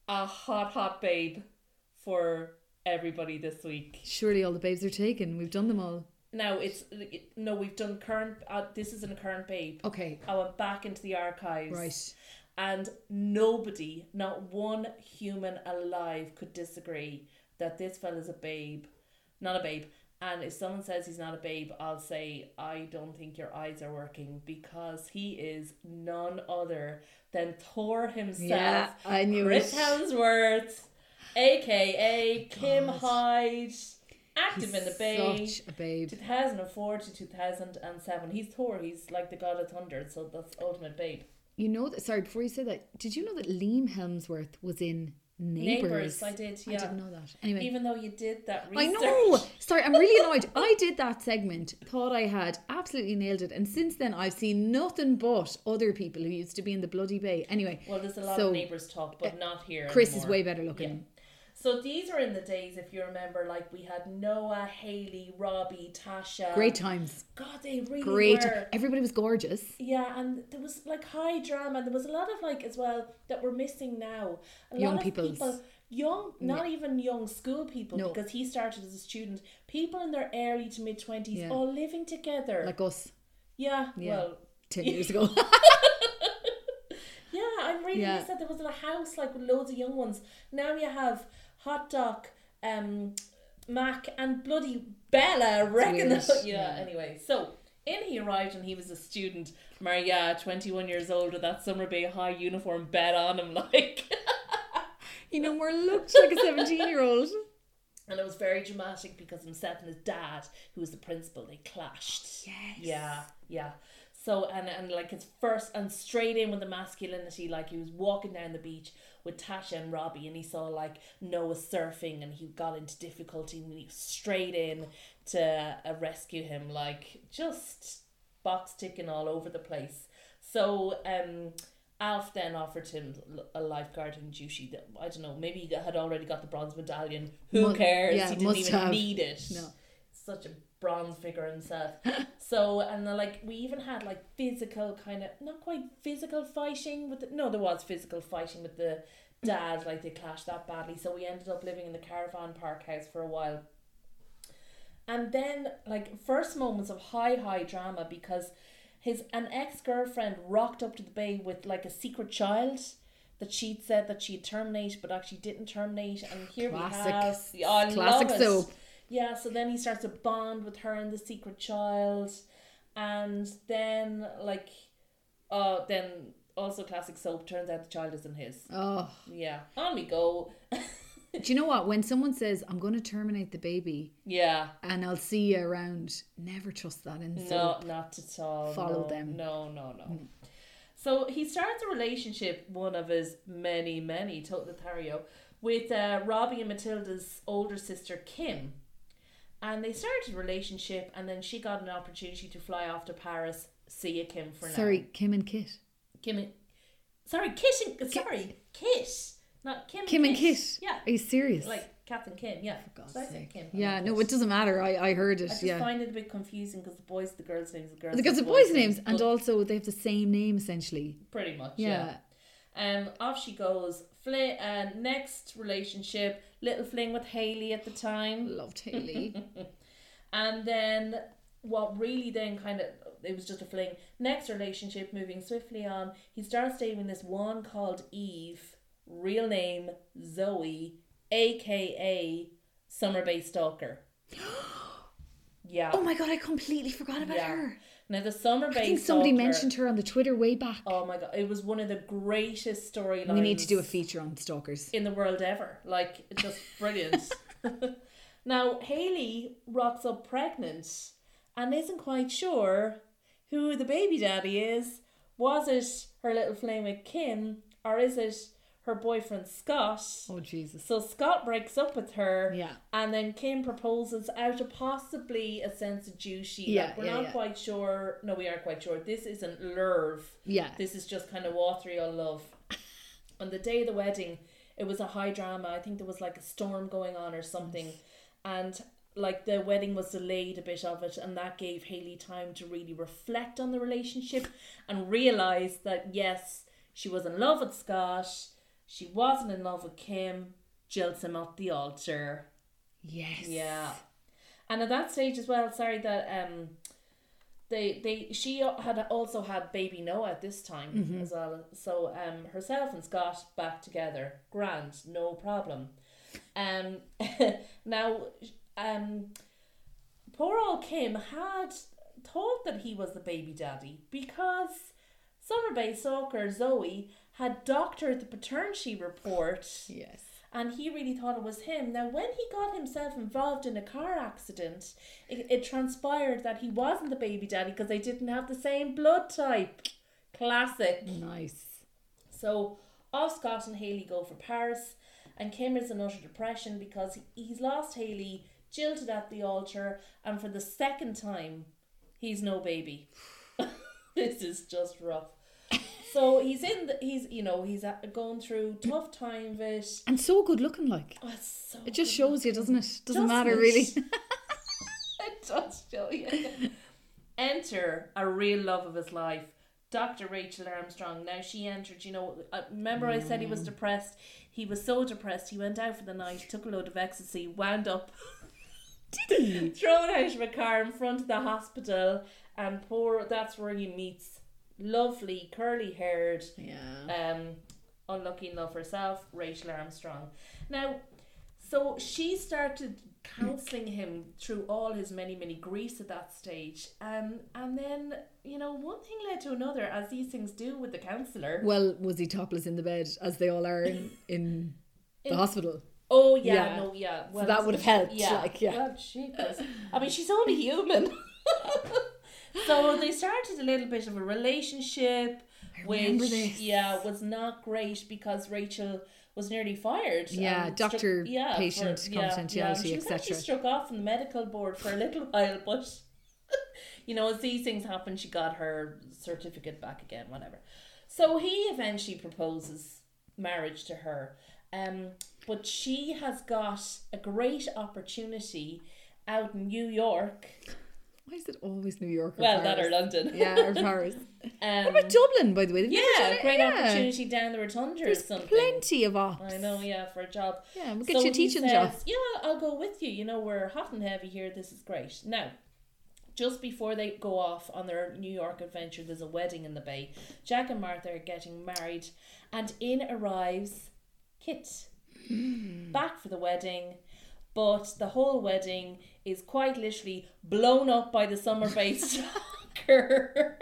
B: a hot, hot babe for everybody this week.
C: Surely all the babes are taken. We've done them all.
B: Now it's it- no, we've done current. Uh, this isn't a current babe.
C: Okay,
B: I went back into the archives.
C: right.
B: And nobody, not one human alive, could disagree that this fella's a babe, not a babe. And if someone says he's not a babe, I'll say, I don't think your eyes are working because he is none other than Thor himself,
C: Yeah, I knew
B: Chris
C: it. Oh
B: Hemsworth, aka Kim
C: God.
B: Hyde, active
C: He's
B: in the Bay.
C: Such a babe.
B: 2004 to 2007. He's Thor, he's like the god of thunder, so that's ultimate babe.
C: You know that, sorry, before you say that, did you know that Liam Helmsworth was in Neighbours?
B: Neighbours, I did,
C: I
B: yeah.
C: didn't know that. Anyway.
B: Even though you did that
C: I
B: research.
C: know. Sorry, I'm really annoyed. I did that segment, thought I had absolutely nailed it, and since then I've seen nothing but other people who used to be in the bloody bay. Anyway,
B: Well, there's a lot
C: So, eh,
B: of neighbours talk, but not here.
C: Chris is
B: anymore.
C: way better looking.
B: So these are in the days, if you remember, like we had Noah, Haley, Robbie, Tasha.
C: Great times,
B: God, they really
C: great.
B: were.
C: Everybody was gorgeous.
B: Yeah, and there was like high drama. There was a lot of like as well that we're missing now. A
C: Young
B: lot of
C: peoples.
B: people, young, not even young school people,
C: No.
B: because he started as a student. People in their early to mid twenties,
C: Yeah.
B: all living together.
C: Like us
B: yeah,
C: Yeah.
B: well,
C: ten years ago.
B: Yeah, I'm really
C: Yeah.
B: used that there was a house like with loads of young ones. Now you have hot dog, um, Mac, and bloody Bella wrecking the
C: weird,
B: yeah,
C: yeah.
B: Anyway, so In he arrived and he was a student. Maria, 21 years old, with that Summer Bay High uniform bed on him, like.
C: He no more looked like a 17 year old.
B: And it was very dramatic because himself and his dad, who was the principal, they clashed.
C: Yes.
B: Yeah, yeah. So and and like his first and straight in with the masculinity, like he was walking down the beach with Tasha and Robbie, and he saw like Noah surfing, and he got into difficulty, and he was straight in to uh, rescue him, like just box ticking all over the place. So um, Alf then offered him l- a lifeguard in duty. That I don't know, maybe he had already got the bronze medallion. Who
C: Mu-
B: cares?
C: yeah,
B: he didn't
C: must
B: even
C: have.
B: need it.
C: No.
B: Such a bronze figure himself. so and they're like we even had like physical kind of not quite physical fighting with the, no there was physical fighting with the dad like they clashed that badly so we ended up living in the caravan park house for a while and then like first moments of high high drama because his an ex-girlfriend rocked up to the bay with like a secret child that she'd said that she'd terminate but actually didn't terminate and here we
C: Classic.
B: have Yeah, I
C: Classic
B: love it.
C: soap.
B: yeah so then he starts to bond with her and the secret child and then like uh then also classic soap turns out the child isn't his
C: Oh.
B: yeah on we go
C: Do you know what? When someone says, I'm going to terminate the baby
B: yeah
C: and I'll see you around, never trust that in
B: no,
C: soap.
B: not at all.
C: follow
B: no,
C: them.
B: No, no, no. So he starts a relationship, one of his many, many, Total Lothario, with uh, Robbie and Matilda's older sister, Kim. And they started a relationship, and then she got an opportunity to fly off to Paris. See you, Kim, for
C: Sorry,
B: now.
C: Kim and Kit.
B: Kim and. Sorry, Kit and. Sorry, Kit. Not Kim,
C: Kim and
B: and
C: Kit.
B: Kish. Yeah.
C: Are you serious?
B: Like Kath and Kim, yeah.
C: God's
B: Did I say
C: sake.
B: Kim? I
C: yeah,
B: meant
C: no,
B: Kit.
C: it doesn't matter. I, I heard it.
B: I just
C: yeah.
B: find it a bit confusing because the boys, the girls' names, the girls,
C: because the boys' names, and
B: but
C: also they have the same name essentially.
B: pretty much, yeah.
C: Yeah.
B: Um, off she goes. Fli- uh, next relationship, little fling with Haley at the time,
C: Loved Haley.
B: and then what really then kind of it was just a fling. Next relationship, moving swiftly on, he starts dating this one called Eve, real name Zoe, aka Summer Bay Stalker. yeah.
C: oh my god, I completely forgot about
B: Yeah.
C: her.
B: Now the Summer Bay.
C: I think somebody
B: Stalker-
C: mentioned her on the Twitter way back.
B: Oh my god, it was one of the greatest storylines.
C: we need to do a feature on stalkers.
B: in the world ever. Like it's just brilliant. now Haley rocks up pregnant and isn't quite sure who the baby daddy is. Was it her little flame with Kim or is it her boyfriend Scott?
C: Oh Jesus.
B: So Scott breaks up with her,
C: Yeah.
B: and then Kim proposes out of possibly a sense of duty.
C: Yeah,
B: like, we're
C: yeah,
B: not
C: yeah.
B: quite sure. No, we are quite sure. This isn't love.
C: Yeah.
B: This is just kind of watery on love. on the day of the wedding, it was a high drama. I think there was like a storm going on or something, and like the wedding was delayed a bit of it, and that gave Haley time to really reflect on the relationship and realize that yes, she was in love with Scott, she wasn't in love with Kim, jilts him off the altar.
C: Yes.
B: Yeah. And at that stage as well, sorry that um they they she had also had baby Noah at this time as well. So um herself and Scott back together. Grand, no problem. Um now um poor old Kim had thought that he was the baby daddy because Summer Bay Soccer Zoe had doctored the paternity report
C: Yes.
B: and he really thought it was him. Now, when he got himself involved in a car accident, it, it transpired that he wasn't the baby daddy because they didn't have the same blood type. Classic.
C: Nice.
B: So off Scott and Haley go for Paris, and Kim is in utter depression because he- he's lost Haley, jilted at the altar, and for the second time, he's no baby. this is just rough. So he's in the, he's you know he's at, going through tough time of it.
C: And so good looking like.
B: Oh, it's so
C: It just shows you, doesn't it? Doesn't
B: Doesn't
C: matter
B: it?
C: really.
B: It does show you. Enter a real love of his life, Dr. Rachel Armstrong. Now she entered. You know, uh, remember I said he was depressed. He was so depressed. He went out for the night, took a load of ecstasy, wound up, thrown out of a car in front of the hospital, and poor. That's where he meets lovely curly-haired
C: yeah.
B: um, unlucky in love herself, Rachel Armstrong. Now, So she started counseling him through all his many, many griefs at that stage. Um, and then, you know, one thing led to another, as these things do with the counselor.
C: Well, was he topless in the bed as they all are in, in the
B: In-
C: hospital?
B: oh, yeah,
C: Yeah.
B: no, yeah.
C: So that would have helped, like, yeah.
B: Well, jeepers. I mean, she's only human. so they started a little bit of a relationship, which,
C: remember this.
B: yeah, was not great because Rachel was nearly fired.
C: Yeah,
B: and struck-
C: doctor,
B: for-
C: patient,
B: and
C: confidentiality,
B: She was actually
C: etc..
B: struck off from the medical board for a little while, but you know, as these things happen, she got her certificate back again, whatever. So he eventually proposes marriage to her, um, but she has got a great opportunity out in New York.
C: Why is it always New York? Or
B: well,
C: Paris?
B: that or London.
C: yeah, or Paris.
B: Um,
C: Or Dublin, by the way. They've never done
B: yeah,
C: it.
B: great
C: Yeah.
B: opportunity down the rotunda or
C: There's
B: something.
C: plenty of ops.
B: I know, yeah, for a job.
C: Yeah, we'll get you
B: he
C: a teaching
B: says,
C: job.
B: Yeah, I'll go with you. You know, we're hot and heavy here. This is great. Now, just before they go off on their New York adventure, there's a wedding in the bay. Jack and Martha are getting married, and in arrives Kit back for the wedding. But the whole wedding is quite literally blown up by the summer based stalker.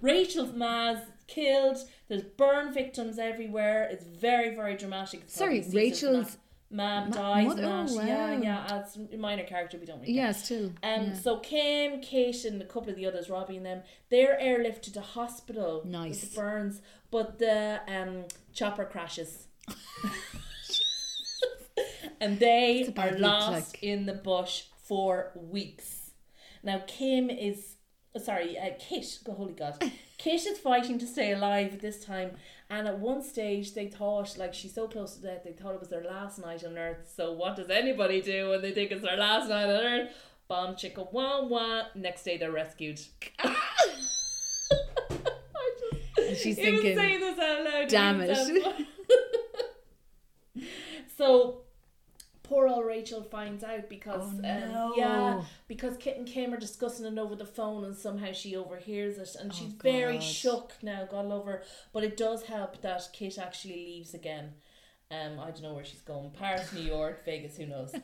B: Rachel's ma's killed. There's burn victims everywhere. It's very, very dramatic. It's
C: Sorry,
B: probably Cecil's
C: Rachel's
B: ma, ma
C: ma-
B: dies.
C: mother?
B: Matt.
C: Oh,
B: Yeah,
C: wow.
B: yeah. As a minor character, we don't really. care.
C: Yeah, still.
B: Um,
C: yeah.
B: So Kim, Kate, and a couple of the others, Robbie and them, they're airlifted to hospital. with
C: Nice.
B: the burns, but the um, chopper crashes. and they
C: That's a
B: are
C: bad look,
B: lost
C: like.
B: in the bush for weeks. Now Kim is oh, sorry, uh, Kit. go- Holy God, Kit is fighting to stay alive at this time. And at one stage, they thought like she's so close to death. They thought it was their last night on Earth. So what does anybody do when they think it's their last night on Earth? Bomb chicka wah wah. Next day, they're rescued. I just-
C: And she's
B: even
C: thinking,
B: saying this out loud.
C: "Damn
B: makes
C: it."
B: me sound- so poor old Rachel finds out because
C: Oh,
B: um,
C: no.
B: yeah, because Kit and Kim are discussing it over the phone, and somehow she overhears it, and she's very
C: Oh, God.
B: shook now. God love her, but it does help that Kit actually leaves again. Um, I don't know where she's going. Paris, New York, Vegas, who knows?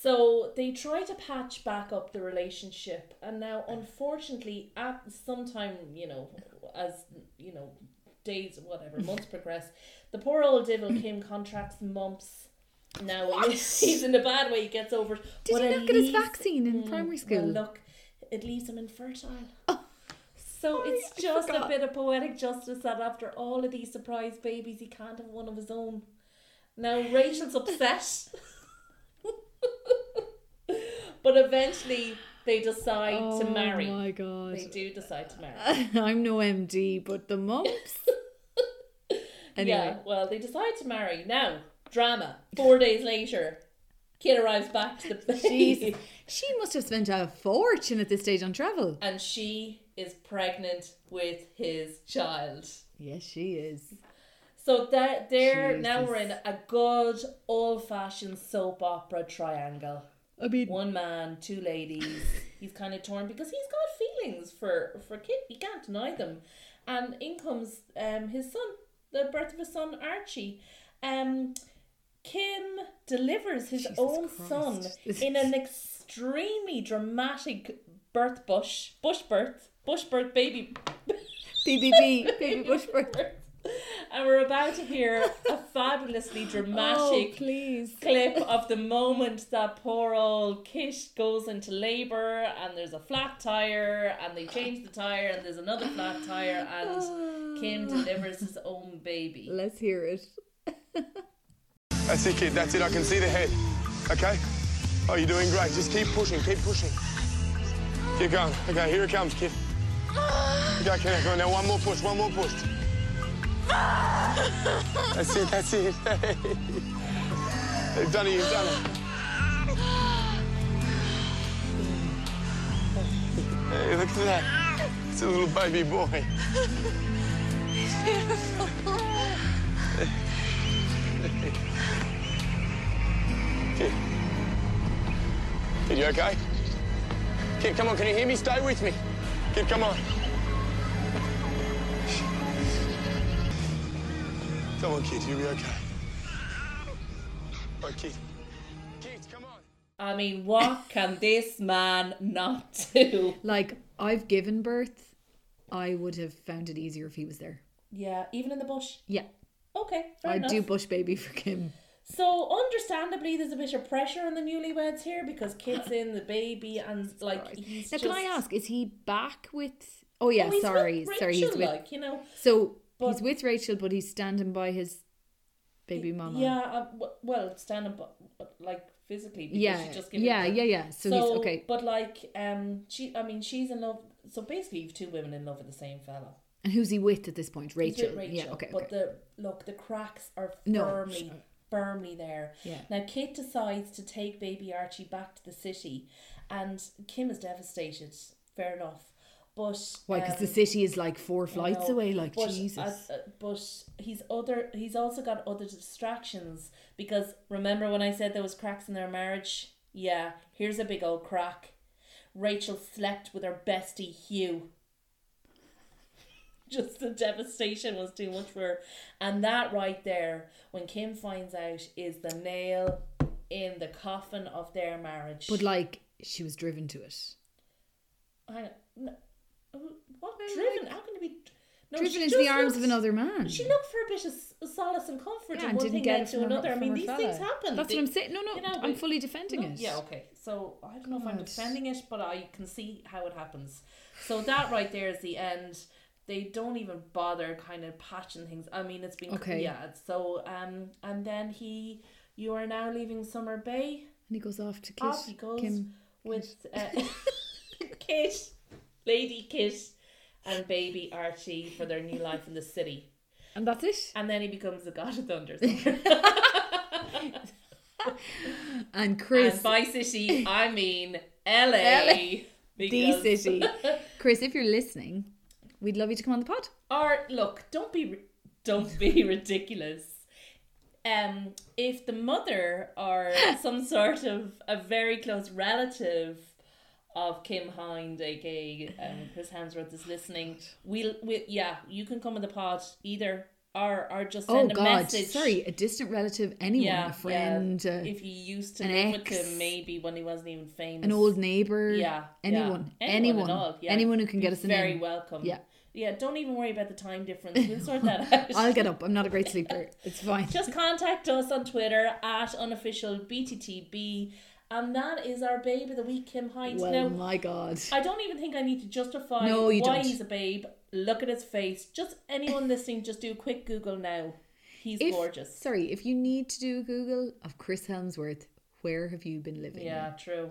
B: So they try to patch back up the relationship, and now unfortunately, at sometime you know, as you know, days whatever months progress, the poor old devil Kim contracts mumps. Now he's in a bad way. He gets over. it,
C: Did
B: but
C: he
B: it
C: not get his
B: leaves-
C: vaccine in primary school?
B: Well,
C: Oh.
B: look, it leaves him infertile. So it's
C: I
B: just a
C: forgot.
B: bit of poetic justice that after all of these surprise babies, he can't have one of his own. Now Rachel's upset. but eventually they decide to marry.
C: Oh my god.
B: They do decide to marry.
C: I'm no MD, but the mumps.
B: Yeah,
C: anyway,
B: well, they decide to marry. Now, drama. Four days later, Kid arrives back to the
C: Jesus. she must have spent a fortune at this stage on travel.
B: and she is pregnant with his child.
C: Yes, she is.
B: So that there now
C: Jesus.
B: we're in a good old fashioned soap opera triangle.
C: I mean,
B: One man, two ladies. He's kind of torn because he's got feelings for for Kit. He can't deny them. And in comes um his son, the birth of his son Archie. Um, Kim delivers his
C: Jesus
B: own
C: Christ.
B: son
C: This
B: in
C: is-
B: an extremely dramatic birth bush, bush birth, bush birth baby
C: BBB, baby Bushford.
B: and we're about to hear a fabulously
C: Oh,
B: dramatic
C: please.
B: clip of the moment that poor old Kish goes into labour and there's a flat tire and they change the tire and there's another flat tire and Kim delivers his own baby.
C: Let's hear it.
D: That's it, kid. That's it. I can see the head. Okay? Oh, you're doing great. Just keep pushing. Keep pushing. Keep going. Okay, here it comes, kid. Okay, okay, come on. Now, one more push. One more push. That's it. That's it. you've done it. You've done it. Hey, look at that. It's a little baby boy. Kid. Kid, you okay? Kid, come on, can you hear me? Stay with me. Kid, come on. Come on, kid, you'll be okay. Right, Keith. Keith, come on.
B: I mean, what can this man not do?
C: Like, I've given birth. I would have found it easier if he was there.
B: Yeah, even in the bush.
C: Yeah.
B: Okay, fair
C: I'd
B: enough.
C: do bush baby for Kim.
B: So understandably, there's a bit of pressure on the newlyweds here because kids in the baby and like he's
C: Now,
B: just,
C: can I ask, is he back with. Oh, yeah,
B: Oh, he's with
C: sorry. sorry, he's
B: Rachel,
C: with.
B: like you know.
C: so
B: But-
C: he's with Rachel, but he's standing by his baby mama.
B: Yeah, uh, w- well, standing but like physically. Because
C: Yeah,
B: she just gave
C: yeah,
B: birth.
C: yeah, yeah. So, he's okay,
B: But like, um, she. I mean, she's in love. So basically, you've two women in love with the same fella.
C: and who's he with at this point?
B: He's
C: Rachel.
B: with
C: Yeah, okay.
B: But
C: okay.
B: the look, the cracks are
C: No,
B: firmly, firmly there.
C: Yeah.
B: Now Kate decides to take baby Archie back to the city, and Kim is devastated. Fair enough, but
C: Why? Because the
B: um,
C: city is like four
B: you
C: flights
B: know,
C: away. Like
B: but
C: Jesus.
B: as- uh, but he's other. He's also got other distractions because remember when I said there was cracks in their marriage? Yeah, here's a big old crack. Rachel slept with her bestie Hugh. Just the devastation was too much for her, and that right there, when Kim finds out, is the nail in the coffin of their marriage.
C: but like, she was driven to it.
B: Hang on. No. What? Driven? How can it be? No,
C: Driven
B: she
C: into the
B: just
C: arms of
B: looked-
C: another man.
B: She looked for a bit of s- solace and comfort in
C: Yeah, and
B: one
C: didn't
B: thing
C: get
B: led
C: it
B: to
C: from her-
B: another. I
C: from
B: mean,
C: her
B: these
C: fella.
B: things happen.
C: That's
B: They-
C: what I'm saying. No, no,
B: you know,
C: I'm
B: we-
C: fully defending
B: No,
C: it.
B: Yeah, okay. So I don't know if I'm
C: God.
B: defending it, but I can see how it happens. So that right there is the end. They don't even bother kind of patching things. I mean, it's been
C: Okay.
B: Yeah. So um, and then he, you are now leaving Summer Bay
C: And he goes off to kiss
B: off he goes
C: Kim.
B: with uh, Kit, Lady Kit, and baby Archie for their new life in the city.
C: And that's it.
B: And then he becomes the god of thunder.
C: And Chris,
B: and by city, I mean LA.
C: LA, the
B: because-
C: city. Chris, if you're listening, we'd love you to come on the pod.
B: Or look, don't be ri- don't be ridiculous. Um, if the mother or some sort of a very close relative of Kim Hind, aka um, Chris Hemsworth, is
C: Oh,
B: listening, we'll, we'll yeah, you can come in the pod either or or just
C: Oh
B: send a
C: God,
B: message.
C: sorry, a distant relative, anyone,
B: yeah,
C: a friend,
B: yeah.
C: uh,
B: if you used to
C: an
B: live with
C: ex.
B: him, maybe when he wasn't even famous,
C: an old neighbor,
B: yeah,
C: anyone,
B: yeah.
C: anyone,
B: at all, yeah.
C: anyone who can get
B: Be
C: us a
B: very
C: name.
B: welcome.
C: Yeah.
B: yeah. Don't even worry about the time difference. We'll sort that out.
C: I'll get up. I'm not a great sleeper. It's fine.
B: Just contact us on Twitter at unofficial BTTB, and that is our babe of the week, Kim Hines.
C: well,
B: now,
C: my God.
B: I don't even think I need to justify
C: No, you
B: why
C: don't.
B: he's a babe. Look at his face. Just anyone listening, just do a quick Google now. He's
C: If-
B: gorgeous.
C: Sorry, if you need to do a Google of Chris Helmsworth, where have you been living?
B: Yeah, true.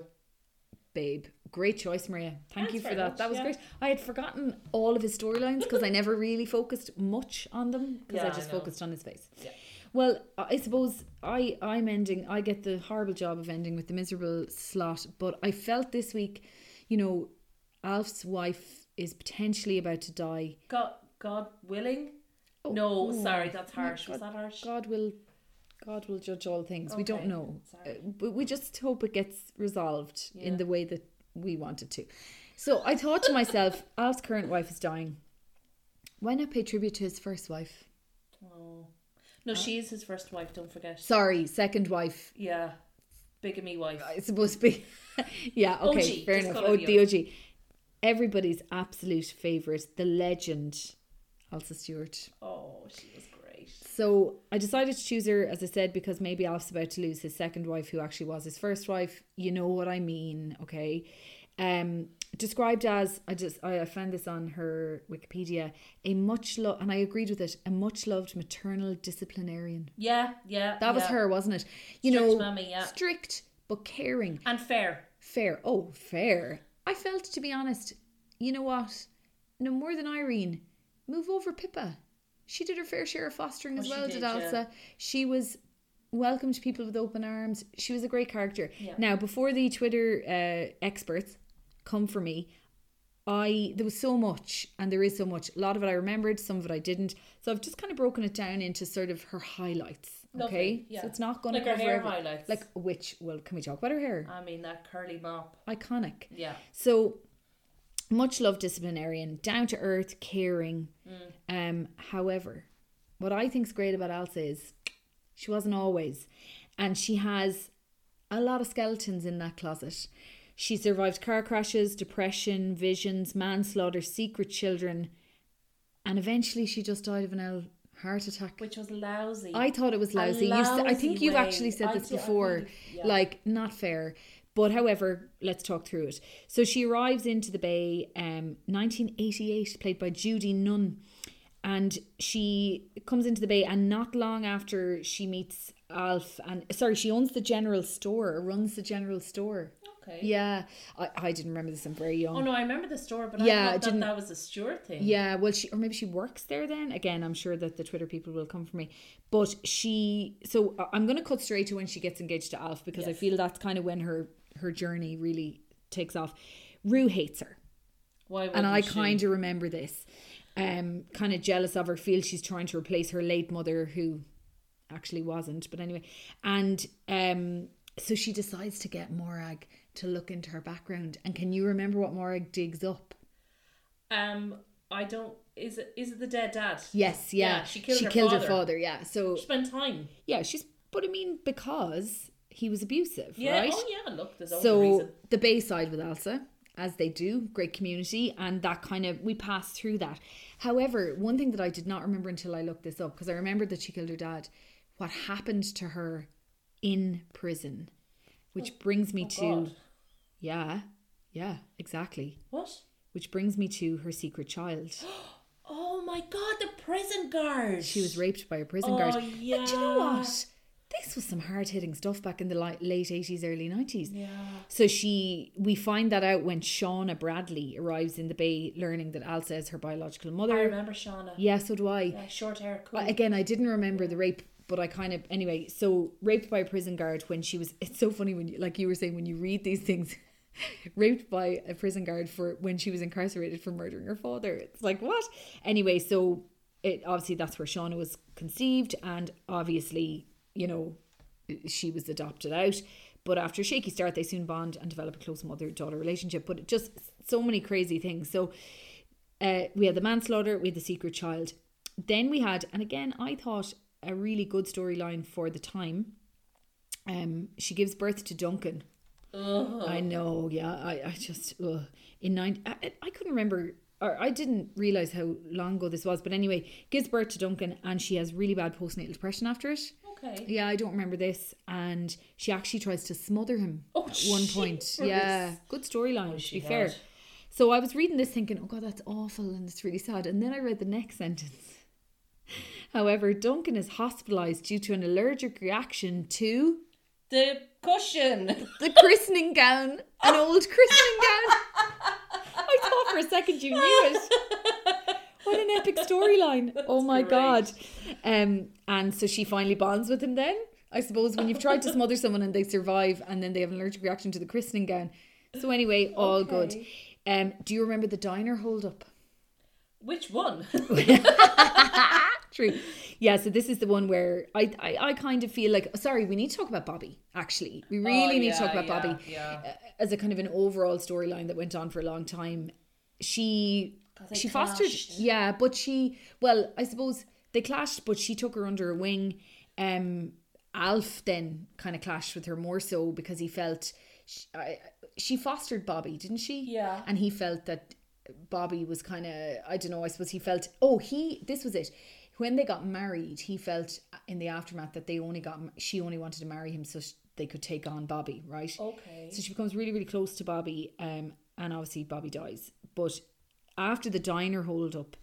C: babe. Great choice, Maria. Thank
B: Thanks
C: you for
B: very
C: that.
B: much,
C: that was
B: yeah.
C: great. I had forgotten all of his storylines because I never really focused much on them because
B: Yeah,
C: I
B: I
C: just
B: know.
C: focused on his face. Well, I suppose I I'm ending. I get the horrible job of ending with the miserable slot, but I felt this week, you know, Alf's wife is potentially about to die.
B: God, God willing. no,
C: oh,
B: sorry, that's harsh. Was
C: God-
B: that harsh?
C: God will God will judge all things. We don't
B: Okay,
C: know.
B: sorry.
C: Uh, But we just hope it gets resolved in
B: Yeah.
C: the way that we want it to. So I thought to myself, Al's current wife is dying. Why not pay tribute to his first wife?
B: Oh. No, she is his first wife. Don't forget.
C: Sorry, second wife.
B: yeah, bigamy wife.
C: It's supposed to be. yeah, okay,
B: OG,
C: fair
B: just
C: enough.
B: call her
C: Oh, the OG. Everybody's absolute favourite, the legend, Elsa Stewart.
B: Oh, she was great.
C: So I decided to choose her, as I said, because maybe Alf's about to lose his second wife, who actually was his first wife. You know what I mean, okay? Um, described as I just I, I found this on her Wikipedia a much loved and I agreed with it a much loved maternal disciplinarian.
B: Yeah, yeah.
C: That was
B: yeah.
C: her, wasn't it? You
B: Strict
C: know,
B: mammy, yeah.
C: strict but caring,
B: And fair.
C: fair. Oh, fair. I felt, to be honest, you know what? No more than Irene. Move over Pippa. She did her fair share of fostering as
B: Oh, she
C: well, did,
B: did, yeah.
C: Elsa. She was welcomed people with open arms. She was a great character. Now, before the Twitter uh, experts come for me, I there was so much, and there is so much. A lot of it I remembered, some of it I didn't. So I've just kind of broken it down into sort of her highlights.
B: Lovely,
C: Okay,
B: yeah.
C: so it's not going to
B: Like her
C: cover
B: hair
C: every-
B: highlights.
C: Like which? Well, can we talk about her hair?
B: I mean, that curly mop.
C: Iconic.
B: Yeah.
C: So much love disciplinarian, down to earth, caring. Um, however, what I think's great about Elsa is she wasn't always. and she has a lot of skeletons in that closet. She survived car crashes, depression, visions, manslaughter, secret children, and eventually she just died of an L heart attack.
B: which was lousy.
C: I thought it was
B: A
C: lousy. You, s- I
B: lousy
C: think you've
B: way.
C: actually said
B: I
C: this
B: thi- I
C: before.
B: think- yeah.
C: Like, not fair. But however, let's talk through it. So she arrives into the bay, um, 1988, played by Judy Nunn. And she comes into the bay, and not long after she meets Alf, and sorry, she owns the general store, or runs the general store.
B: okay.
C: Yeah, I, I didn't remember this. I'm very young.
B: Oh no, I remember the store, but
C: Yeah,
B: I
C: I
B: thought
C: didn't-
B: that, that was a Stuart thing.
C: Yeah, well, she or maybe she works there then. Again, I'm sure that the Twitter people will come for me. But she, so I- I'm going to cut straight to when she gets engaged to Alf because I feel that's kind of when her her journey really takes off. Rue hates her,
B: Why
C: and I
B: wouldn't
C: kind of remember this. Um, kind of jealous of her, feels she's trying to replace her late mother who actually wasn't. But anyway, and um, so she decides to get Morag to look into her background. And can you remember what Morag digs up?
B: she? Um, I don't. Is it is it the dead dad?
C: Yes, yeah.
B: Yeah, she killed her
C: her
B: father.
C: father, yeah. So
B: Spend time.
C: yeah, she's but I mean because he was abusive,
B: Yeah.
C: right?
B: Oh yeah. Look, there's always a
C: so
B: reason.
C: the Bayside with Elsa, as they do, great community, and that kind of we passed through that. However, one thing that I did not remember until I looked this up because I remembered that she killed her dad, what happened to her in prison, which brings me to
B: Oh, God.
C: yeah, yeah, exactly.
B: What?
C: Which brings me to her secret child.
B: Oh my God! The prison guard.
C: She was raped by a prison
B: Oh,
C: guard. And do you know
B: yeah.
C: what? This was some hard hitting stuff back in the li- late 80s, early 90s.
B: Yeah.
C: So she, we find that out when Shauna Bradley arrives in the Bay, learning that Alsa is her biological
B: I
C: mother.
B: remember Shauna.
C: Yeah, so do I.
B: Yeah, short hair. Cool.
C: Well, again, I didn't remember the rape, but I kind of anyway. So raped by a prison guard when she was. It's so funny when you like you were saying when you read these things. raped by a prison guard for when she was incarcerated for murdering her father. It's like what? Anyway, so it obviously that's where Shauna was conceived, and obviously you know she was adopted out. But after a shaky start, they soon bond and develop a close mother daughter relationship. But it just so many crazy things. So uh, we had the manslaughter, we had the secret child. Then we had, and again, I thought a really good storyline for the time. Um, she gives birth to Duncan. I know, yeah. I, I just ugh. in nine, I, I- I couldn't remember, or I didn't realize how long ago this was. But anyway, gives birth to Duncan, and she has really bad postnatal depression after it.
B: okay.
C: Yeah, I don't remember this, and she actually tries to smother him
B: Oh,
C: at one point.
B: jeepers.
C: Yeah, good storyline. to
B: she
C: be fair.
B: had.
C: So I was reading this thinking, oh god, that's awful and it's really sad. And then I read the next sentence. However, Duncan is hospitalized due to an allergic reaction to
B: The cushion.
C: the christening gown, an old christening gown. I thought for a second you knew it. What an epic storyline. Oh my
B: great.
C: god. Um and so she finally bonds with him then. I suppose when you've tried to smother someone and they survive and then they have an allergic reaction to the christening gown. So anyway, all good.
B: Okay.
C: Um do you remember the diner holdup?
B: Which one?
C: True. Yeah, so this is the one where I, I, I kind of feel like, sorry, we need to talk about Bobby, actually. We really need to talk about Bobby.
B: Oh, Yeah.
C: as a kind of an overall storyline that went on for a long time. She
B: they
C: she fostered,
B: clashed.
C: yeah, but she well, I suppose they clashed, but she took her under her wing. Um, Alf then kind of clashed with her more so because he felt she, I, she fostered Bobby, didn't she?
B: Yeah.
C: and he felt that Bobby was kind of I don't know. I suppose he felt oh he this was it. When they got married, he felt in the aftermath that they only got she only wanted to marry him so sh- they could take on Bobby, right?
B: Okay.
C: So she becomes really, really close to Bobby, um, and obviously Bobby dies. But after the diner hold up,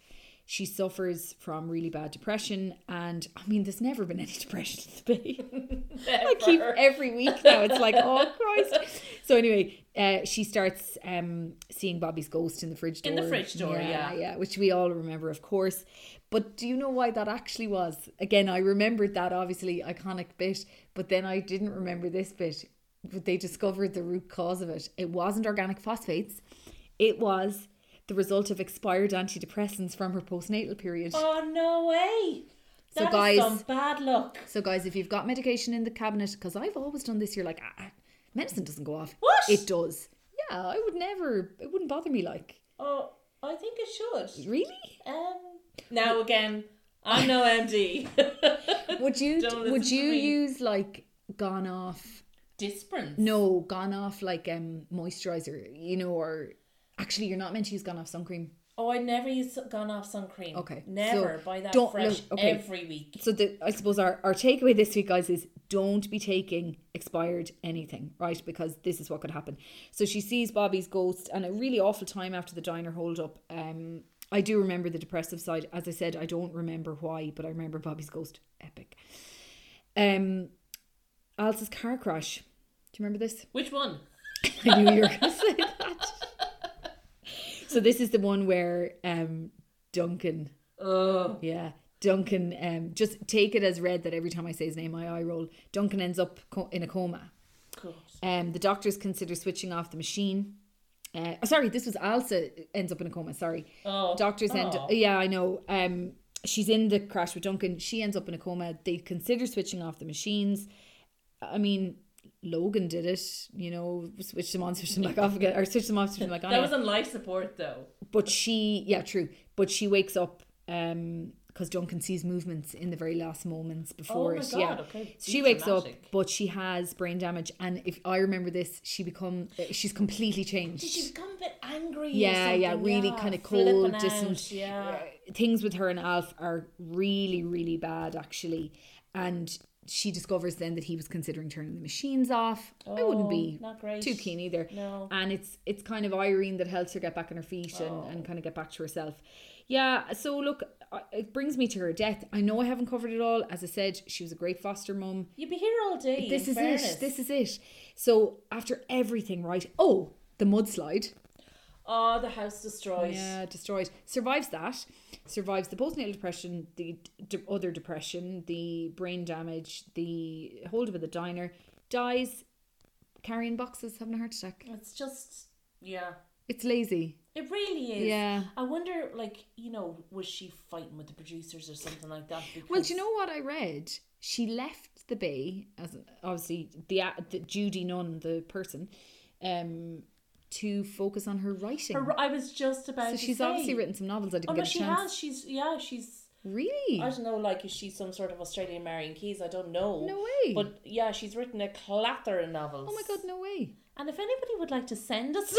C: she suffers from really bad depression, and I mean, there's never been any depression in the bay. I keep every week now. It's like, oh Christ. So anyway, uh, she starts um seeing Bobby's ghost in the fridge door.
B: In the fridge door,
C: yeah,
B: yeah.
C: which we all remember, of course. But do you know why that actually was? Again, I remembered that obviously iconic bit, but then I didn't remember this bit. But they discovered the root cause of it. It wasn't organic phosphates. It was the result of expired antidepressants from her postnatal period.
B: Oh no way.
C: So
B: That is
C: guys-
B: some bad luck.
C: So, guys, if you've got medication in the cabinet, because I've always done this, you're like, ah, ah, medicine doesn't go off.
B: What?
C: It does. Yeah, I would never. It wouldn't bother me. Like,
B: Oh, I think it should.
C: really?
B: Um. Now again, I'm no MD.
C: Would you?
B: Don't listen
C: would
B: to
C: you
B: me.
C: use like? gone off.
B: Disperance.
C: No, gone off like um moisturizer, you know, or actually you're not meant to use gone off sun cream.
B: Oh, I never used su- gone off sun cream.
C: Okay,
B: Never
C: so
B: buy that
C: don't
B: fresh
C: look- okay.
B: every week.
C: So the, I suppose our, our takeaway this week, guys, is don't be taking expired anything, right? Because this is what could happen. So she sees Bobby's ghost and a really awful time after the diner hold up. Um, I do remember the depressive side. As I said, I don't remember why, but I remember Bobby's ghost. Epic. Um, Alice's car crash. Do you remember this?
B: Which one?
C: I knew you were going to say that. So this is the one where um, Duncan. Oh. Yeah. Duncan, um, just take it as read that every time I say his name, my eye roll. Duncan ends up co- in a coma.
B: God.
C: Um, the doctors consider switching off the machine. Uh, oh, sorry, this was Alsa ends up in a coma. Sorry,
B: Oh.
C: doctors end.
B: Oh.
C: Yeah, I know. Um, she's in the crash with Duncan. She ends up in a coma. They consider switching off the machines. I mean, Logan did it. You know, switch them on, switch them back off again, or switch them off, switch them back on.
B: That
C: again.
B: was on life support though.
C: but she, yeah, true. But she wakes up. Um, because Duncan sees movements in the very last moments before
B: Oh my
C: it.
B: God,
C: yeah,
B: okay.
C: she wakes
B: Dramatic.
C: up, but she has brain damage, and if I remember this, she become she's completely changed
B: Did she become a bit angry? or
C: yeah, yeah,
B: something?
C: really
B: Yeah,
C: kind of
B: flipping
C: cold,
B: out,
C: distant.
B: Yeah.
C: uh, Things with her and Alf are really, really bad, actually. And she discovers then that he was considering turning the machines off. I wouldn't
B: Oh,
C: be
B: not great.
C: too keen either.
B: No.
C: And it's it's kind of Irene that helps her get back on her feet and,
B: Oh.
C: and kind of get back to herself. Yeah. So look, I- it brings me to her death. I know I haven't covered it all. As I said, she was a great foster mum
B: You'd be here all day.
C: this
B: in
C: is
B: fairness.
C: it. This is it. So after everything, right? Oh, the mudslide.
B: Oh, the house destroyed.
C: Yeah, destroyed. Survives that. Survives the postnatal depression, the d- other depression, the brain damage, the hold up of the diner. Dies carrying boxes, having a heart attack.
B: It's just yeah.
C: It's lazy.
B: It really is.
C: Yeah.
B: I wonder, like, you know, was she fighting with the producers or something like that? Because
C: Well, do you know what I read? She left the bay as obviously the, a- the Judy Nunn, the person, um, to focus on her writing.
B: Her- I was just about.
C: so
B: to
C: she's
B: say.
C: obviously written some novels. I didn't
B: Oh no,
C: get a
B: she
C: chance.
B: has. Oh, She's yeah. She's.
C: Really?
B: I don't know, like, is she some sort of Australian Marion Keys? I don't know.
C: No way.
B: But yeah, she's written a clatter of novels.
C: Oh my god, no way.
B: And if anybody would like to send us,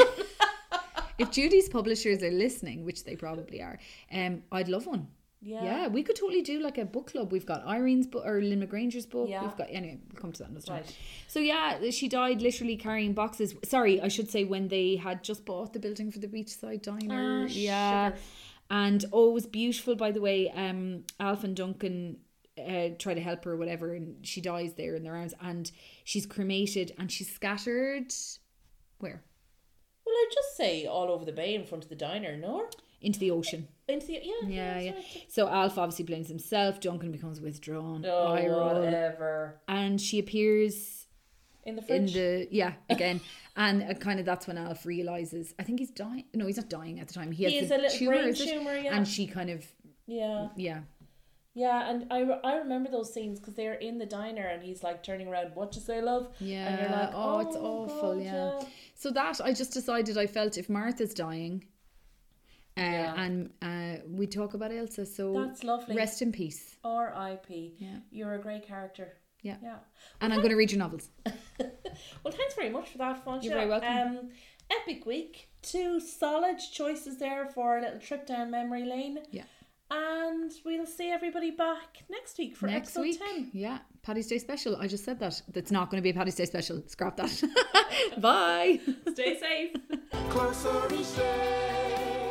C: If Judy's publishers are listening, which they probably are, um, I'd love one.
B: yeah,
C: we could totally do like a book club. We've got Irene's book or Lynn McGranger's book.
B: Yeah.
C: We've got anyway, we'll come to that another time.
B: Right.
C: So yeah, she died literally carrying boxes. Sorry, I should say when they had just bought the building for the beachside diner.
B: Ah,
C: yeah.
B: sugar.
C: And oh, it was beautiful by the way. Um Alf and Duncan uh, try to help her or whatever and she dies there in their arms and she's cremated and she's scattered where?
B: Well, I'd just say all over the bay in front of the diner, no?
C: Into the ocean.
B: Into the yeah,
C: Yeah, yeah.
B: that's right.
C: So Alf obviously blames himself. Duncan becomes withdrawn.
B: Oh,
C: viral,
B: whatever.
C: and she appears
B: In the
C: in
B: fridge.
C: the yeah again, and uh, kind of that's when Alf realizes. I think he's dying. No, he's not dying at the time. He has
B: He has
C: the
B: a little
C: tumor,
B: brain
C: is it?
B: tumor, yeah.
C: And she kind of
B: yeah,
C: yeah.
B: yeah, and I, re- I remember those scenes because they're in the diner and he's like turning around, "What you say, love?"
C: Yeah.
B: and you're like,
C: oh, it's
B: my
C: awful.
B: God,
C: yeah. So that I just decided I felt if Martha's dying, uh,
B: Yeah.
C: and uh, we talk about Elsa. So
B: That's lovely.
C: Rest in peace.
B: R.I.P.
C: Yeah.
B: You're a great character.
C: Yeah.
B: Yeah.
C: And I'm going to read your novels.
B: Well, thanks very much for that, Foncha.
C: You're very welcome.
B: Um, epic week. Two solid choices there for a little trip down memory lane.
C: Yeah.
B: And we'll see everybody back next week for
C: next
B: episode
C: week.
B: 10.
C: Yeah, Paddy's Day special. I just said that. That's not going to be a Paddy's Day special. Scrap that. Bye.
B: Stay safe.
A: Closer each day.